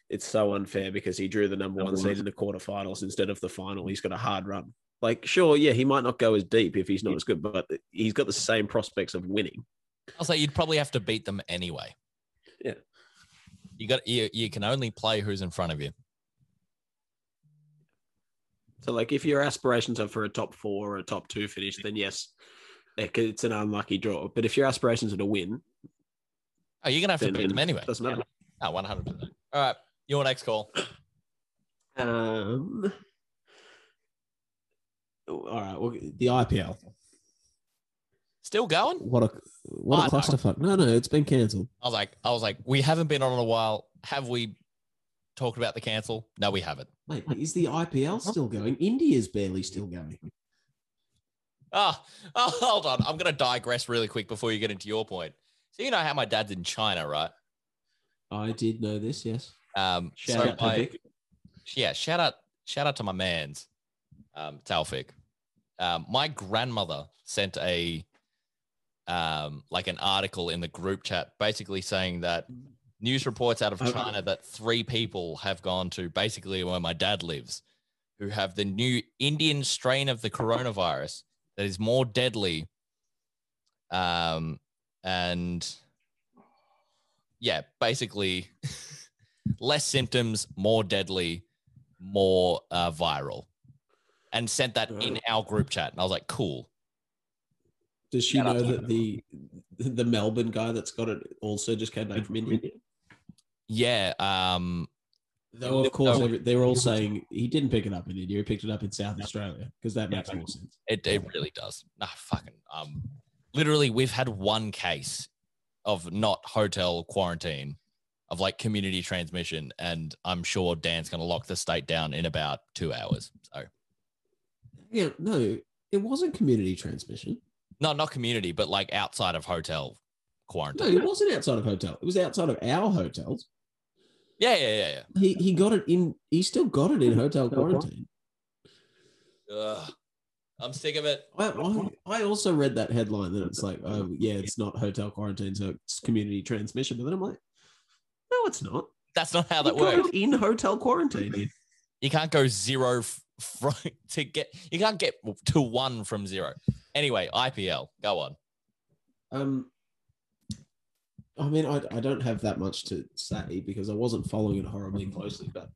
it's so unfair because he drew the number one seed in the quarterfinals instead of the final. He's got a hard run." Like, sure, yeah, he might not go as deep if he's not as good, but he's got the same prospects of winning. I'll say you'd probably have to beat them anyway. Yeah. You got you, you can only play who's in front of you. So, like, if your aspirations are for a top four or a top two finish, then yes, it c- it's an unlucky draw. But if your aspirations are to win, Oh, you're gonna have to then beat them anyway. it doesn't matter. No, one hundred percent. All right. Your next call. Um, all right, well, The IPL. Still going? What a what a Oh, no. clusterfuck. No, no, it's been cancelled. I was like, I was like, we haven't been on in a while. Have we talked about the cancel? No, we haven't. Mate, is the IPL still going? India's barely still going. Ah, [laughs] oh, hold on. I'm gonna digress really quick before you get into your point. So you know how my dad's in China, right? I did know this. Yes. Um, shout so out to my- Vic. yeah, shout out, shout out to my man's, um, Taufik. Um, my grandmother sent a, um, like an article in the group chat, basically saying that news reports out of Okay. China that three people have gone to basically where my dad lives, who have the new Indian strain of the coronavirus that is more deadly, um, and yeah, basically [laughs] less symptoms, more deadly, more uh, viral, and sent that in our group chat. And I was like, cool. Does she Yeah, know that's that the the Melbourne guy that's got it also just came back from India? Yeah. Um, Though of course No. every, they were all saying he didn't pick it up in India. He picked it up in South Australia because that makes more sense. It, it really does. Nah, fucking. Um, literally, we've had one case of not hotel quarantine, of like community transmission, and I'm sure Dan's gonna lock the state down in about two hours. So, Yeah, no, it wasn't community transmission. no, not community, but like outside of hotel No, quarantine. it wasn't outside of hotel. It was outside of our hotels. Yeah, yeah, yeah, He he got it in. He still got it in hotel quarantine. yeah. Ugh. I'm sick of it. I, I I also read that headline that it's like, oh yeah, it's not hotel quarantine, so it's community transmission. But then I'm like, no, it's not. That's not how He that got works. it in hotel quarantine. dude. You can't go zero f- [laughs] from to get. You can't get to one from zero. Anyway, IPL. Go on. Um, I mean, I, I don't have that much to say because I wasn't following it horribly closely, but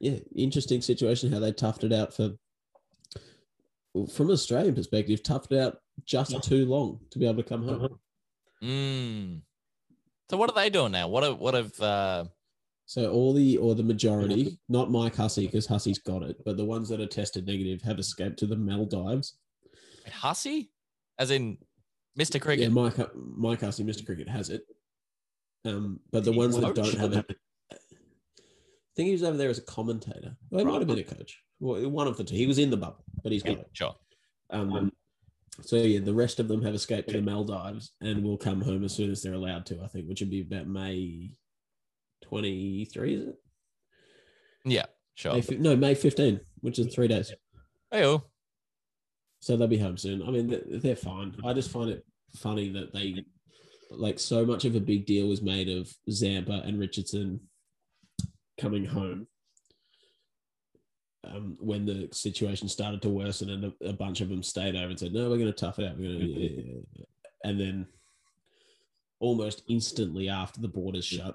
yeah, interesting situation how they toughed it out for, well, from an Australian perspective, toughed it out just too long to be able to come home. Mm. So what are they doing now? What have, what have uh, So all the or the majority, not Mike Hussey because Hussey's got it, but the ones that are tested negative have escaped to the Maldives. Hussey, as in Mr. Yeah, Cricket? Mike Mike Hussey, Mr. Cricket has it. Um, but the ones that coach? don't have it, I think he was over there as a commentator. Well, he might have been a coach. Well, one of the two. He was in the bubble, but he's got it. Sure. Um, so yeah, the rest of them have escaped to the Maldives and will come home as soon as they're allowed to. I think, which would be about May twenty three, is it? Yeah, sure. May fif- no, May fifteen, which is three days. Hey, oh. So they'll be home soon. I mean, th- they're fine. I just find it funny that they, like, so much of a big deal was made of Zampa and Richardson coming home um, when the situation started to worsen, and a, a bunch of them stayed over and said, "No, we're going to tough it out." We're going to, and then almost instantly after the borders shut,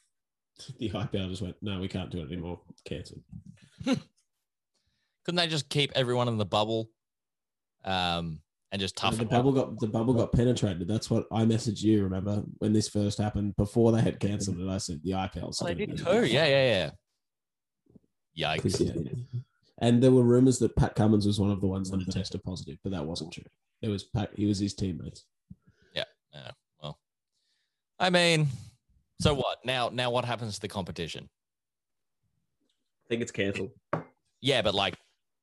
[laughs] the IPL just went, "No, we can't do it anymore. Cancelled." couldn't they just keep everyone in the bubble, um, and just tough the it out? bubble got the bubble got penetrated. That's what I messaged you. Remember when this first happened? Before they had cancelled it, I said the IPL. Oh, they did too. Yeah, yeah, yeah. Yikes! And there were rumors that Pat Cummins was one of the ones that tested positive, but that wasn't true. It was Pat. He was his teammates. I mean, so what now? Now what happens to the competition? I think it's cancelled. Yeah, but like,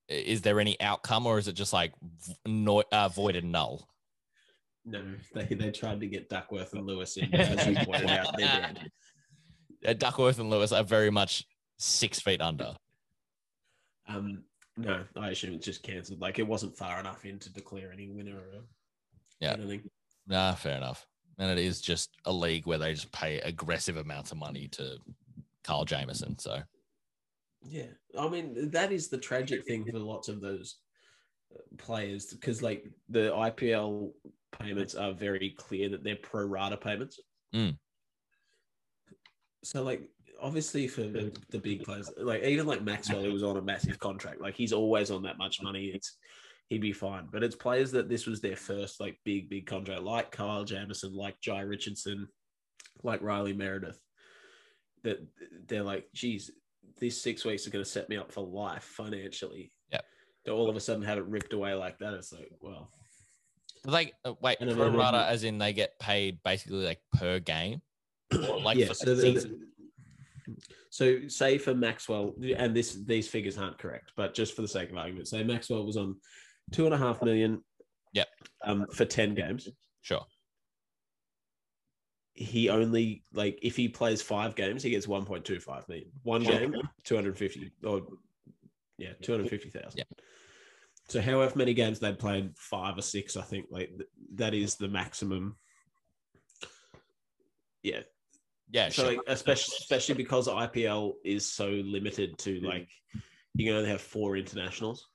i- is there any outcome, or is it just like v- no, uh, void and null? No, they they tried to get Duckworth and Lewis in. [laughs] As you pointed out, they're dead. Uh, Duckworth and Lewis are very much six feet under. um, no, I assume it's just cancelled. Like it wasn't far enough in to declare any winner or Yeah. anything. Nah, fair enough. And it is just a league where they just pay aggressive amounts of money to Carl Jameson. So Yeah, I mean that is the tragic thing for lots of those uh, players because like the IPL payments are very clear that they're pro rata payments. Mm. So like obviously for the, the big players, like even like Maxwell, who was on a massive contract, like he's always on that much money. It's he'd be fine. But it's players that this was their first like big big contract, like Kyle Jamison, like Jai Richardson, like Riley Meredith. That they're like, geez, these six weeks are going to set me up for life financially. Yep. To all of a sudden have it ripped away like that, it's like, well, like, uh, wait, And then pro they- rata as in they get paid basically like per game, or like yeah. for So, the the- season? so say for Maxwell, and this these figures aren't correct, but just for the sake of argument, say Maxwell was on two and a half million. Yep. Um, for ten games, sure. he only like if he plays five games, he gets one point two five million. One Sure. game, two hundred fifty or yeah, two hundred fifty thousand. Yeah. So however many games they played, five or six, I think, like th- that is the maximum. Yeah. Yeah, So sure. like, especially especially because IPL is so limited to like you can only have four internationals.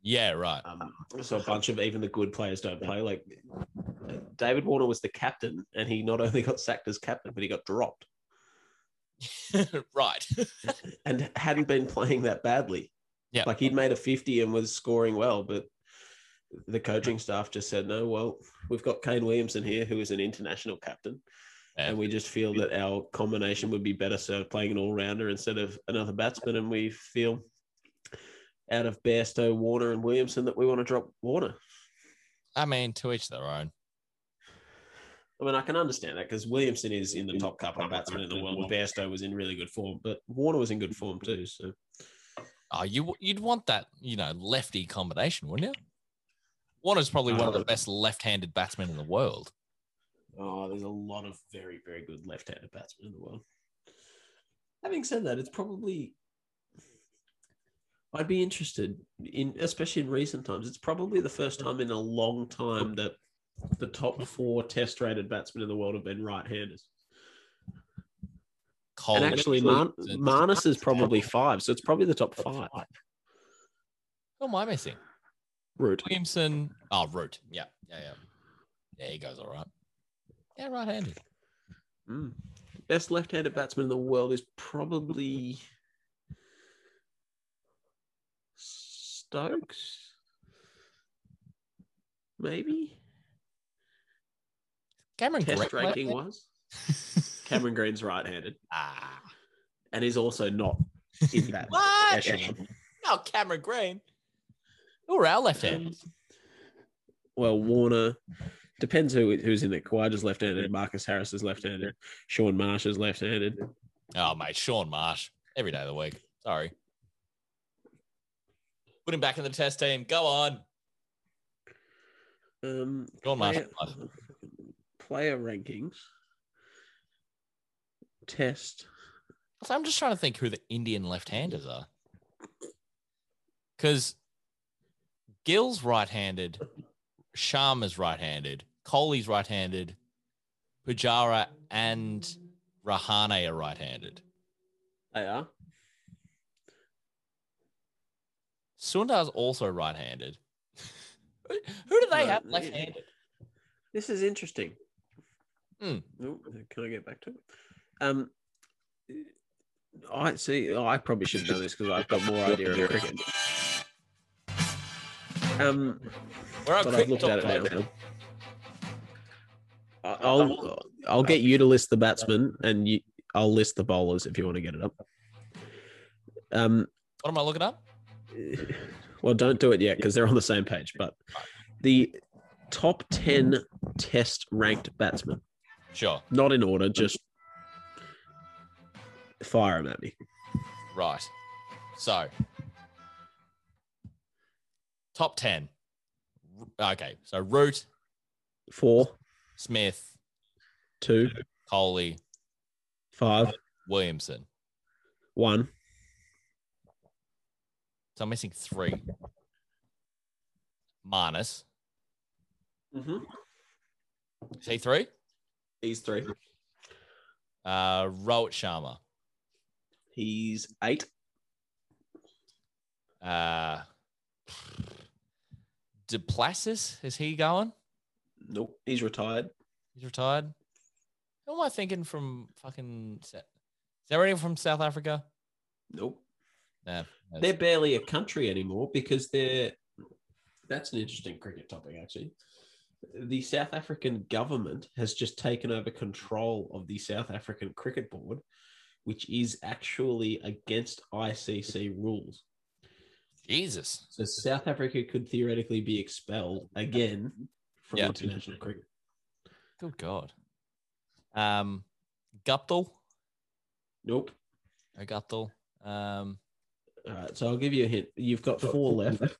yeah, [laughs] right. Um, so a bunch of even the good players don't play. Like David Warner was the captain, and he not only got sacked as captain, but he got dropped. right. and hadn't been playing that badly. Yeah. Like he'd made a 50 and was scoring well, but the coaching staff just said, no, well, we've got Kane Williamson here, who is an international captain. Yeah. And we just feel that our combination would be better served playing an all rounder instead of another batsman. And we feel out of Bairstow, Warner, and Williamson that we want to drop Warner. I mean, to each their own. I mean, I can understand that because Williamson is in the top couple of batsmen in the world. and Bairstow was in really good form, but Warner was in good form too. So Oh, you you'd want that, you know, lefty combination, wouldn't you? Warner's probably one of Uh, the best left-handed batsmen in the world. Oh, there's a lot of very, very good left-handed batsmen in the world. Having said that, it's probably I'd be interested in, especially in recent times. It's probably the first time in a long time that the top four Test-rated batsmen in the world have been right-handers. Cole, and actually, Man- Marnus is probably five, so it's probably the top five. who am I missing? Root. Williamson. Oh, Root. Yeah, yeah, yeah. Yeah, he goes all right. Yeah, right-handed. Mm. Best left-handed batsman in the world is probably Stokes, maybe. Cameron Test Green- ranking was Cameron Green's right-handed, ah, and he's also not in that What? echelon. oh, Cameron Green. Who are our left-handed? Um, well, Warner depends who who's in there. Kawaja's left-handed. Marcus Harris is left-handed. Sean Marsh is left-handed. Oh, mate, Sean Marsh every day of the week. Sorry. Put him back in the test team. Go on. Um, Sean Marsh. player, player rankings. Test. So I'm just trying to think who the Indian left-handers are. Because Gill's right-handed, Sharma's right-handed, Kohli's right-handed, Pujara and Rahane are right-handed. They are. Sundar's also right-handed. [laughs] who who do they Uh, have left-handed? This is interesting. Hmm. Oh, Can I get back to it? Um, I see. oh, I probably should know this because I've got more idea of cricket. Um, We're on but quick I've looked talk at it time. now. I- I'll I'll get you to list the batsmen and you, I'll list the bowlers if you want to get it up. Um, What am I looking up? [laughs] well, don't do it yet because they're on the same page. But the top 10 test ranked batsmen, Sure. not in order, just fire them at me. Right. So, top 10. Okay. So, Root, Four, Smith, two, Coley, five, Williamson. one. So, I'm missing three. Marnus. Is he three? Mm-hmm. He's three. Uh, Rohit Sharma. He's eight. Uh, Duplassis. Is he going? Nope. He's retired. He's retired. Who am I thinking from fucking. Sa- Is there anyone from South Africa? Nope. No. They're barely a country anymore because they're. That's an interesting cricket topic, actually. The South African government has just taken over control of the South African Cricket Board, which is actually against ICC rules. Jesus. So South Africa could theoretically be expelled again from Yeah. international cricket. Good God. Um, Guptal. Nope. Oh, Guptal. Um, All right, so I'll give you a hint. You've got four left.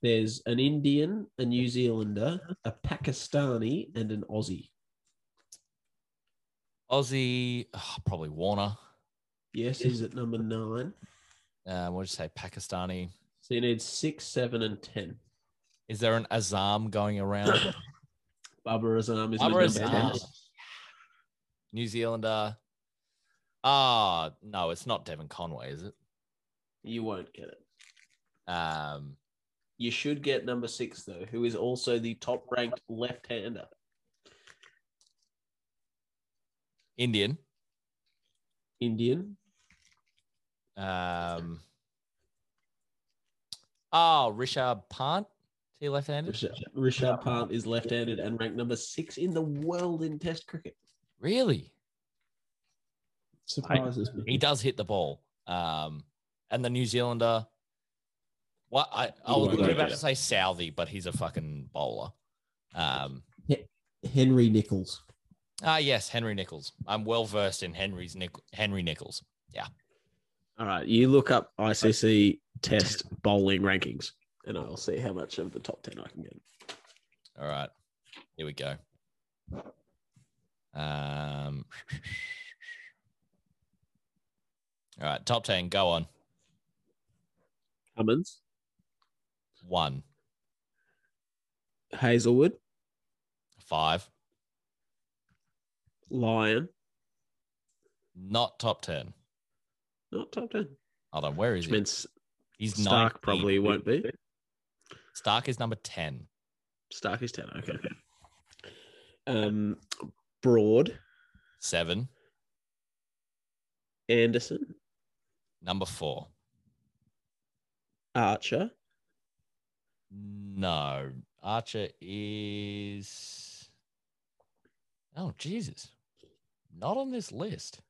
There's an Indian, a New Zealander, a Pakistani, and an Aussie. Aussie. oh, probably Warner. Yes, he's at number nine. Um, what did you say? Pakistani. So you need six, seven, and ten. Is there an Azam going around? Babar Azam is Babar at number Azam. New Zealander. Ah, no, it's not Devin Conway, is it? ten. You won't get it. Um, You should get number six though, who is also the top-ranked left-hander. Indian. Indian. Um, oh, Richard Pant. Is he left-handed? Rishabh, Rishabh Pant is left-handed and ranked number six in the world in Test cricket. Really? Surprises me. He does hit the ball. Um, and the New Zealander. What I, I was won't literally go about to say Southey, but he's a fucking bowler. Um, Henry Nichols. ah, yes, Henry Nichols. I'm well versed in Henry's Nick, Henry Nichols. All right, you look up ICC Test bowling rankings, and I'll see how much of the top ten I can get. All right, here we go. Um, all right, top ten. Go on. Cummins, One, Hazelwood, five, Lyon, not top ten. not top ten. Hold on, where is Which he? means He's Stark 19. probably won't be. Stark is number ten. Stark is ten. Okay. Um, Broad, Seven, Anderson, number four. Archer, No, Archer is. Oh Jesus, not on this list.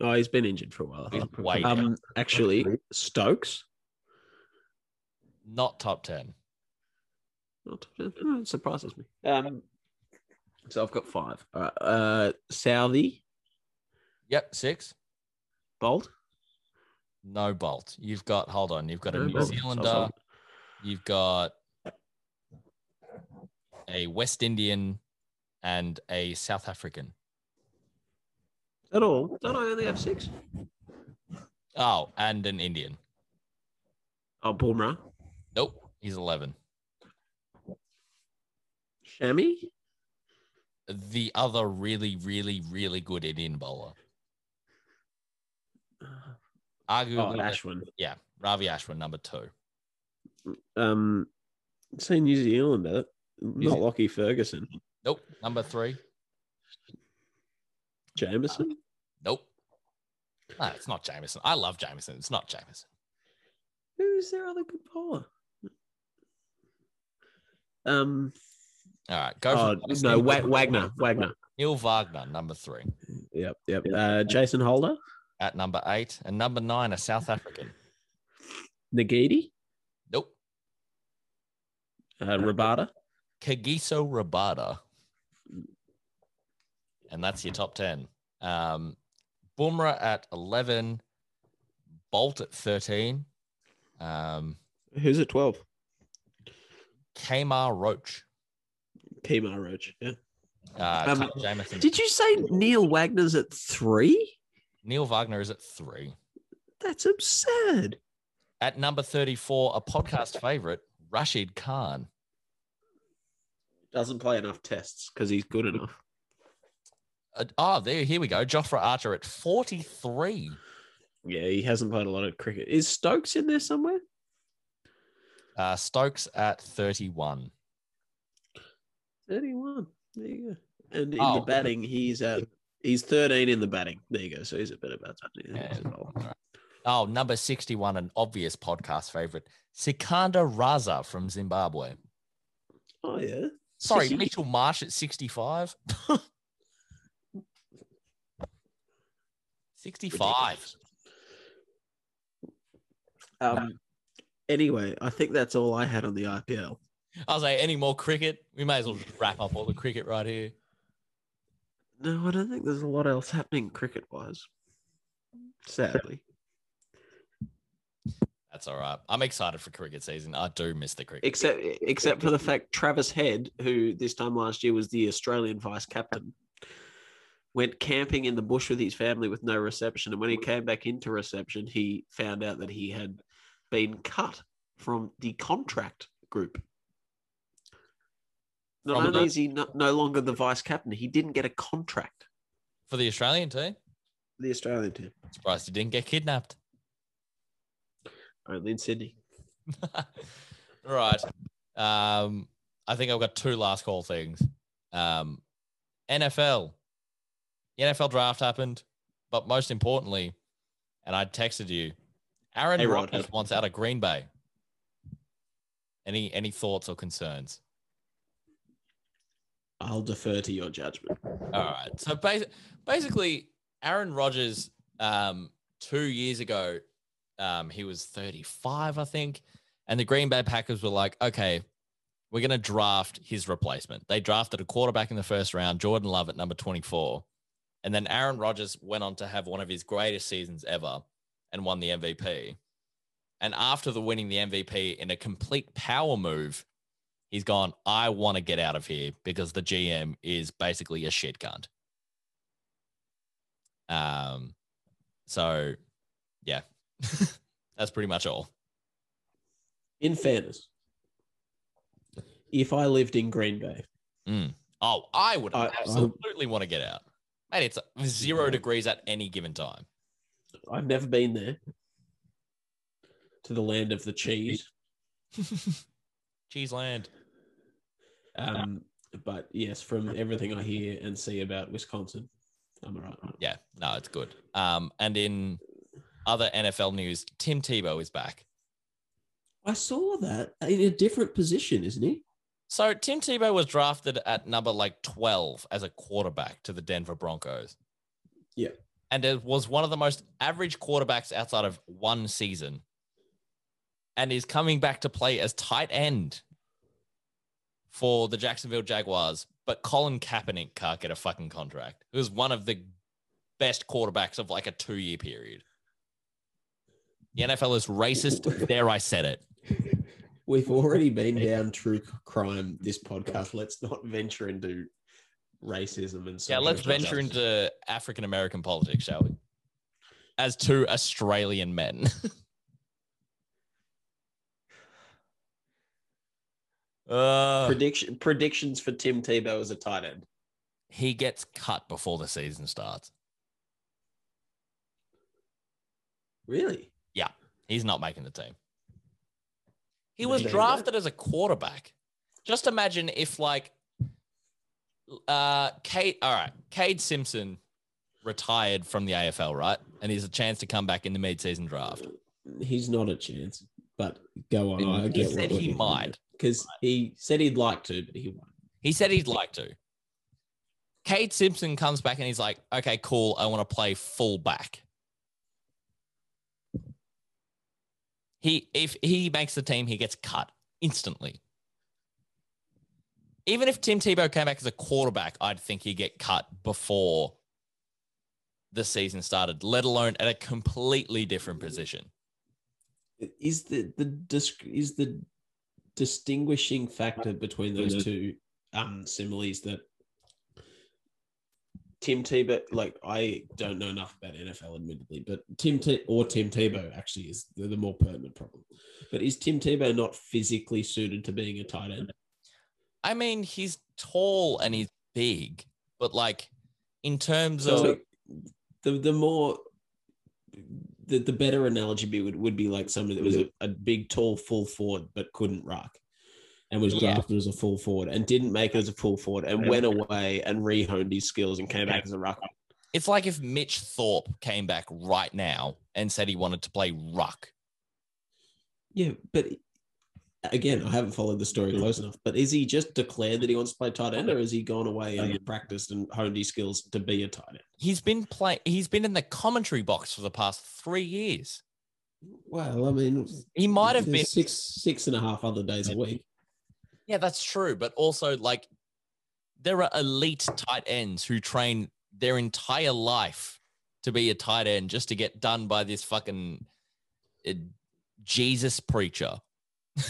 Oh, he's been injured for a while. He's way down. Um, actually, Stokes. Not top ten. Not- hmm, it surprises me. Um, so I've got five. All right. Uh, Southey, Yep, six. Bolt. No bolt. You've got. Hold on. You've got a No New uh, Bolt. Zealander. You've got a West Indian and a South African. At all? Don't I only have six? Oh, and an Indian. Oh, Boomer, Nope, he's eleven. Shami, The other really, really, really good Indian bowler, oh, arguably Ashwin. Yeah, Ravi Ashwin, number two. Um, say New Zealander, not Zealand. Lockie Ferguson, Nope. Number three. Jameson. Nope. No, it's not Jameson. I love Jameson. It's not Jameson. Who's their other good bowler? Um, All right, go. oh, for it. no, Wa- Wagner, Wagner. Neil Wagner, number three. Yep, yep. Uh, Jason Holder, At number eight. And number nine, a South African. Nagidi, Nope. uh, Rabada. Kagiso Rabada. And that's your top 10. Um, Boomerah at 11. Bolt at 13. Um, Who's at twelve? Kamar Roach. Kemar Roach. Yeah. Uh, Um, Kyle Jameson. Did you say Neil Wagner's at three? Neil Wagner is at three. That's absurd. At number 34, a podcast favorite, Rashid Khan. Doesn't play enough tests because he's good enough. Uh, oh, there, here we go. Jofra Archer at 43. Yeah, he hasn't played a lot of cricket. Is Stokes in there somewhere? Uh, Stokes at 31. Thirty-one. There you go. And in Oh. the batting, he's at he's thirteen in the batting. There you go. So he's a better batsman. Yeah, he's a bowler. Oh, number 61, an obvious podcast favorite, Sikanda Raza from Zimbabwe. Oh yeah. Sorry, Sissy. Mitchell Marsh at [laughs] 65. 65. Um. Anyway, I think that's all I had on the IPL. I was like, any more cricket? We may as well just wrap up all the cricket right here. No, I don't think there's a lot else happening cricket wise. Sadly. That's all right. I'm excited for cricket season. I do miss the cricket. except except for the fact Travis Head, who this time last year was the Australian vice captain, went camping in the bush with his family with no reception, and when he came back into reception, he found out that he had been cut from the contract group. Not From only the- is he no, no longer the vice captain, he didn't get a contract. For the Australian team, The Australian team surprised you didn't get kidnapped. only in Sydney. [laughs] right. Um, I think I've got two last call things. Um, NFL. The NFL draft happened. But most importantly, and I texted you, Aaron Hey, Rod. Rodgers wants out of Green Bay. Any any thoughts or concerns? I'll defer to your judgment. All right. So basi- basically, Aaron Rodgers, um, two years ago, um, he was 35, I think. And the Green Bay Packers were like, okay, we're going to draft his replacement. They drafted a quarterback in the first round, Jordan Love at number 24. And then Aaron Rodgers went on to have one of his greatest seasons ever and won the MVP. And after the winning the MVP in a complete power move, he's gone, I want to get out of here because the GM is basically a shit cunt. Um, so yeah, [laughs] that's pretty much all. In fairness, if I lived in Green Bay, Oh, I would I- I- absolutely want to get out. Mate, it's zero degrees at any given time. I've never been there to the land of the cheese. Cheese land. Um, but yes, from everything I hear and see about Wisconsin, I'm all right. Yeah, no, it's good. Um, and in other NFL news, Tim Tebow is back. I saw that in a different position, isn't he? [laughs] So Tim Tebow was drafted at number like 12 as a quarterback to the Denver Broncos. Yeah. And it was one of the most average quarterbacks outside of one season. And is coming back to play as tight end for the Jacksonville Jaguars. But Colin Kaepernick can't get a fucking contract. Who's one of the best quarterbacks of like a two year period. The NFL is racist. There I said it. We've already been down true crime this podcast. Let's not venture into racism and Yeah, social let's venture justice. into African American politics, shall we? As two Australian men. [laughs] uh, prediction predictions for Tim Tebow as a tight end. he gets cut before the season starts. Really? He's not making the team. He No, was he didn't. drafted as a quarterback. Just imagine if, like, uh, Kate, all right, Cade Simpson retired from the AFL, right? And he's a chance to come back in the mid season draft. He's not a chance. But go on. I he get said he might. because he said he'd like to, but he won't. He said he'd like to. Cade Simpson comes back and he's like, okay, cool. I want to play fullback. He if he makes the team, he gets cut instantly. Even if Tim Tebow came back as a quarterback, I'd think he'd get cut before the season started, let alone at a completely different position. Is the the dis- is the distinguishing factor between those two um similes that Tim Tebow, like I don't know enough about NFL, admittedly, but Tim Te- or Tim Tebow actually is the, the more pertinent problem. But is Tim Tebow not physically suited to being a tight end? I mean, he's tall and he's big, but like in terms So, of like, the the more the, the better analogy be would, would be like somebody that was a, a big tall full forward but couldn't rock and was Yeah. drafted as a full forward and didn't make it as a full forward and went away and rehoned his skills and came back as a ruck. It's like if Mitch Thorpe came back right now and said he wanted to play ruck. Yeah, but again, I haven't followed the story close enough. But is he just declared that he wants to play tight end or has he gone away and practiced and honed his skills to be a tight end? He's been play he's been in the commentary box for the past 3 years. Well, I mean, He might have there's been six. Six and a half other days a week. Yeah, that's true, but also like there are elite tight ends who train their entire life to be a tight end just to get done by this fucking uh, Jesus preacher [laughs]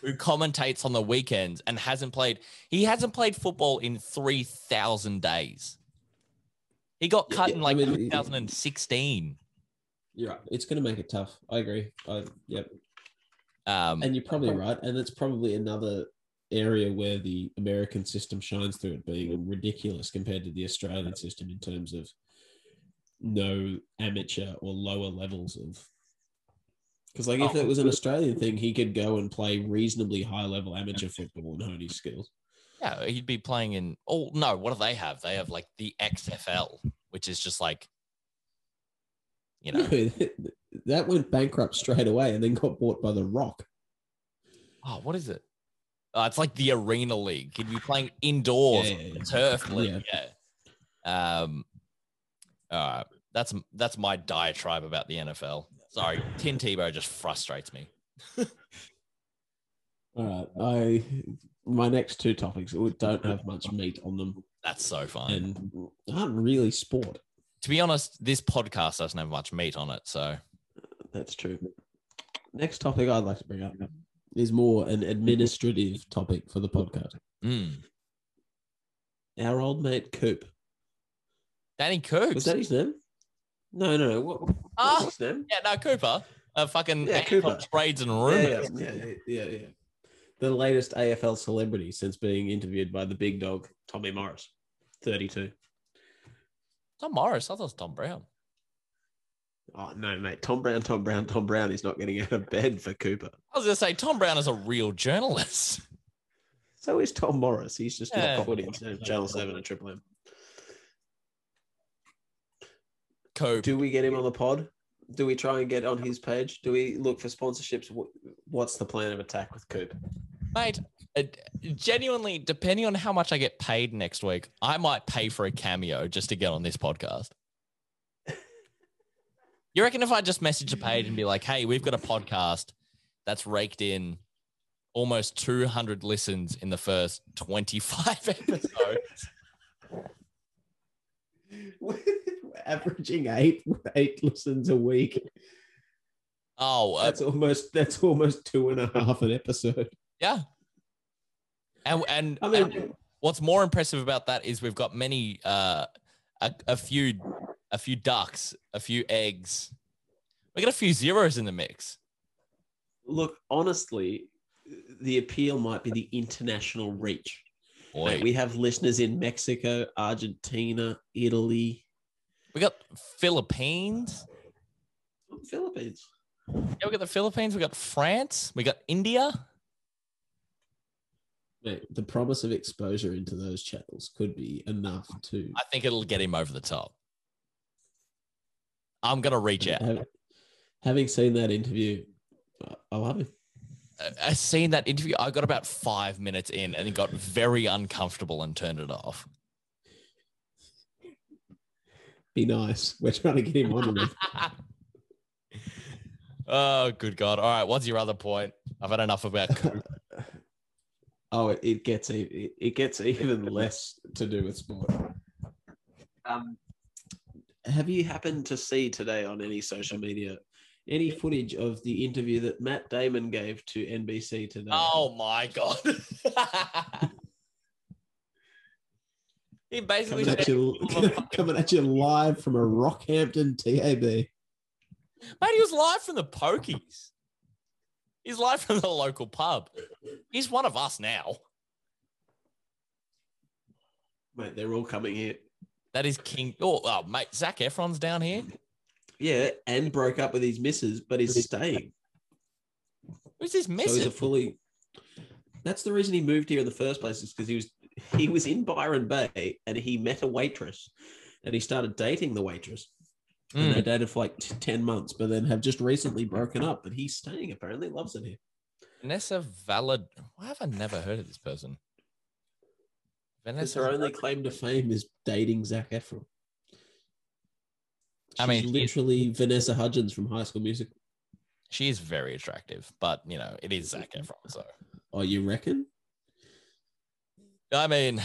who commentates on the weekends and hasn't played he hasn't played football in 3000 days. He got Yeah, cut yeah, in I like mean, it- 2016. You're right. It's going to make it tough. I agree. I, yep. Mm-hmm. Um And you're probably right. And that's probably another area where the American system shines through it being ridiculous compared to the Australian system in terms of no amateur or lower levels of. Because, like, if Oh, that was an Australian thing, he could go and play reasonably high level amateur football and hone his skills. Yeah, he'd be playing in. Oh no, what do they have? They have like the XFL, which is just like You [laughs] know, No, that went bankrupt straight away and then got bought by The Rock. oh, what is it? Uh, it's like the arena league. You'd be playing indoors, Yeah, yeah, yeah. turf league. Yeah. Um. All right. That's that's my diatribe about the NFL. Sorry, Tim Tebow just frustrates me. All right, I my next two topics don't have much meat on them That's so fine. and aren't really sport. to be honest, this podcast doesn't have much meat on it. So That's true. Next topic I'd like to bring up is more an administrative topic for the podcast. Mm. Our old mate Coop Danny Coops. was that his name? No, no. What, what Ah. was his name? yeah, no, Cooper. Uh, fucking Yeah, yeah, Cooper. trades and rumors. Yeah, yeah, yeah, yeah, yeah. The latest AFL celebrity since being interviewed by the big dog, Tommy Morris, 32. Tom Morris. I thought it was Tom Brown. Oh no, mate. Tom Brown, Tom Brown, Tom Brown is not getting out of bed for Cooper. I was gonna say Tom Brown is a real journalist. [laughs] So is Tom Morris. He's just Yeah. not put into Channel Seven and Triple M. Coop. Do we get him on the pod? Do we try and get on his page? Do we look for sponsorships? Wh- What's the plan of attack with Coop? Mate, uh, genuinely, depending on how much I get paid next week, I might pay for a cameo just to get on this podcast. You reckon if I just message a page and be like, hey, we've got a podcast that's raked in almost 200 listens in the first 25 [laughs] episodes? We're [laughs] averaging eight eight listens a week. oh, uh, That's almost that's almost two and a half an episode. yeah. And, and, I mean, and what's more impressive about that is we've got many uh a, a few a few ducks a few eggs we got a few zeros in the mix Look, honestly, the appeal might be the international reach. Boy, we, We have listeners in Mexico, Argentina, Italy, got philippines Philippines. yeah, we got the philippines we got france we got india Mate, the promise of exposure into those channels could be enough to i think it'll get him over the top i'm gonna reach out Hav- having seen that interview. uh, oh, I- I love him. I, I seen that interview i got about five minutes in and it got very uncomfortable and turned it off Be nice. [laughs] We're trying to get him on. with- oh good god all right what's your other point i've had enough about Coop. Oh, it- it gets e- it, it gets even less to do with sport. Um, have you happened to see today on any social media Any footage of the interview that Matt Damon gave to NBC today? Oh my god. [laughs] he basically Coming at said, you, coming at you live from a Rockhampton TAB. mate, he was live from the pokies. He's live from the local pub. He's one of us now. Mate, they're all coming here. That is King. Oh, oh mate, Zach Efron's down here. Yeah, and broke up with his missus, but he's staying. Who's this So he's missing? a fully. That's the reason he moved here in the first place, is because he was he was in Byron Bay and he met a waitress, and he started dating the waitress. And Mm. they dated for like t- ten months, but then have just recently broken up. But he's staying. Apparently, loves it here. Vanessa Valad. Why have I never heard of this person? It's Vanessa. her only Her claim to fame is dating Zach Efron. I mean, She's she- literally Vanessa Hudgens from High School Music. she is very attractive, but you know, it is Zach Efron. So, Oh, you reckon? I mean,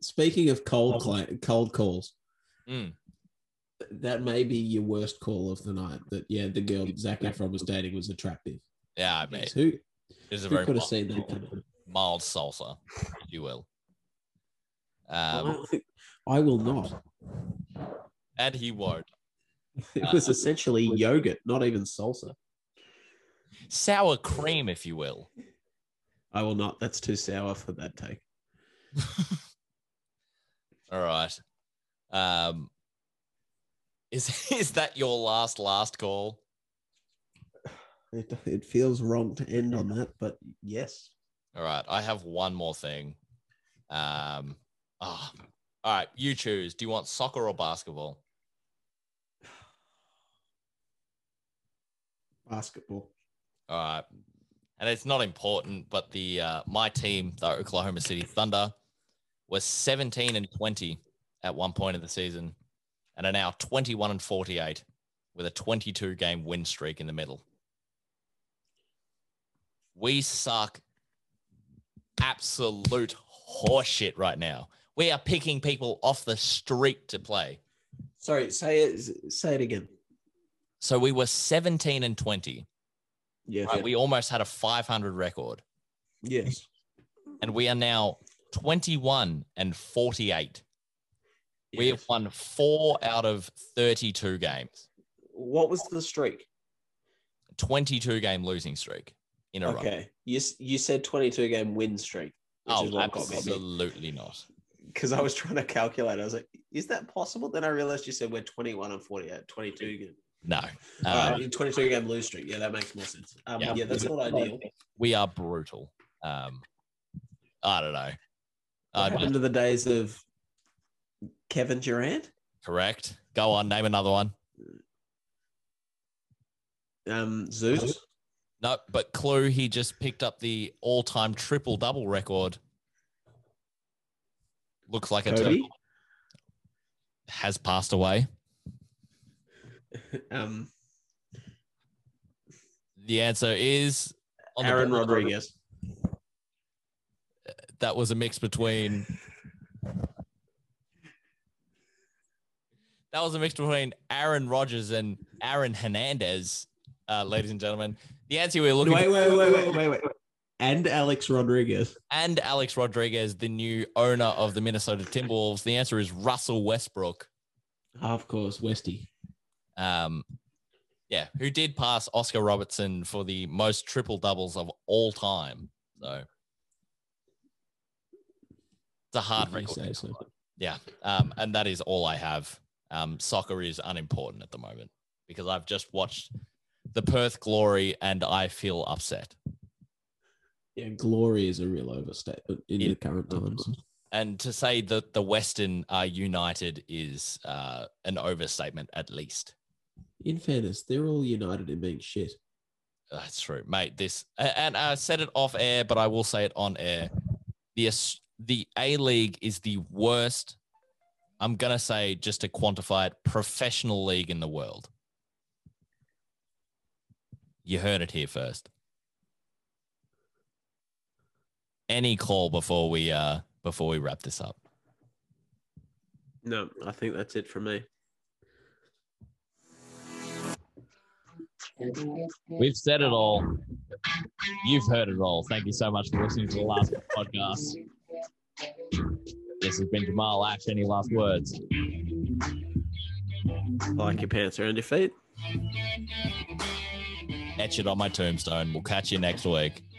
Speaking of cold cla- cold calls, Mm. that may be your worst call of the night. That yeah, the girl Zach Efron was dating was attractive. yeah, I mean, it Who, is a who very could have mild- seen that coming? mild salsa, if you will. Um, [laughs] I will [laughs] not. and he won't. It was [laughs] essentially yogurt, not even salsa. Sour cream, if you will. I will not. That's too sour for that take. All right. Um, is [laughs] is that your last last call? It, it feels wrong to end on that, but yes. All right. I have one more thing. Um, ah, all right. You choose. Do you want soccer or basketball? Basketball. All right. Uh, And it's not important, but the uh, my team, the Oklahoma City Thunder, was 17 and 20 at one point of the season and are now 21 and 48 with a 22 game win streak in the middle. We suck absolute horseshit right now. We are picking people off the street to play. Sorry, say it. Say it again. So we were 17 and 20. Yes. right? We almost had a 500 record, Yes. and we are now 21 and 48. We have won four out of 32 games, What was the streak? 22 game losing streak in a row. Okay. You s- you said 22 game win streak. Which is Oh, what got me. absolutely not. because I was trying to calculate. I was like, is that possible? Then I realized you said we're 21 and 48, 22 game. No. Uh, Uh, 22 game lose streak. Yeah, that makes more sense. Um, Yeah. yeah. that's not ideal. we are brutal. Um, I don't know. What Uh, happened to the days of Kevin Durant? correct. Go on. Name another one. Um, Zeus? No, but clue. He just picked up the all-time triple-double record. Looks like it Kobe? has passed away. Um, The answer is on the Aaron board. Rodriguez. That was a mix between. That was a mix between Aaron Rodgers and Aaron Hernandez, uh, ladies and gentlemen. The answer we were looking Wait, for wait, wait, wait, wait, wait. And Alex Rodriguez. and Alex Rodriguez, the new owner of the Minnesota Timberwolves. The answer is Russell Westbrook. Ah, Of course, Westy. Um, yeah, who did pass Oscar Robertson for the most triple doubles of all time. So it's a Ah, hard If you record. say to so. come by. Yeah. Um, and that is all I have. Um, soccer is unimportant at the moment because I've just watched the Perth Glory and I feel upset. Yeah, glory is a real overstatement in Yeah. the current times. And to say that the Western are united is uh, an overstatement, at least. In fairness, they're all united in being shit. That's true, mate. This a- and I said it off air, but I will say it on air. The Aus- the A League is the worst. I'm gonna say just to quantify it, professional league in the world. You heard it here first. Any call before we uh before we wrap this up? No, I think that's it for me. We've said it all. You've heard it all. Thank you so much for listening to the last podcast. This has been Jamal Ash. Any last words? Like your pants around your feet. etch it on my tombstone. We'll catch you next week.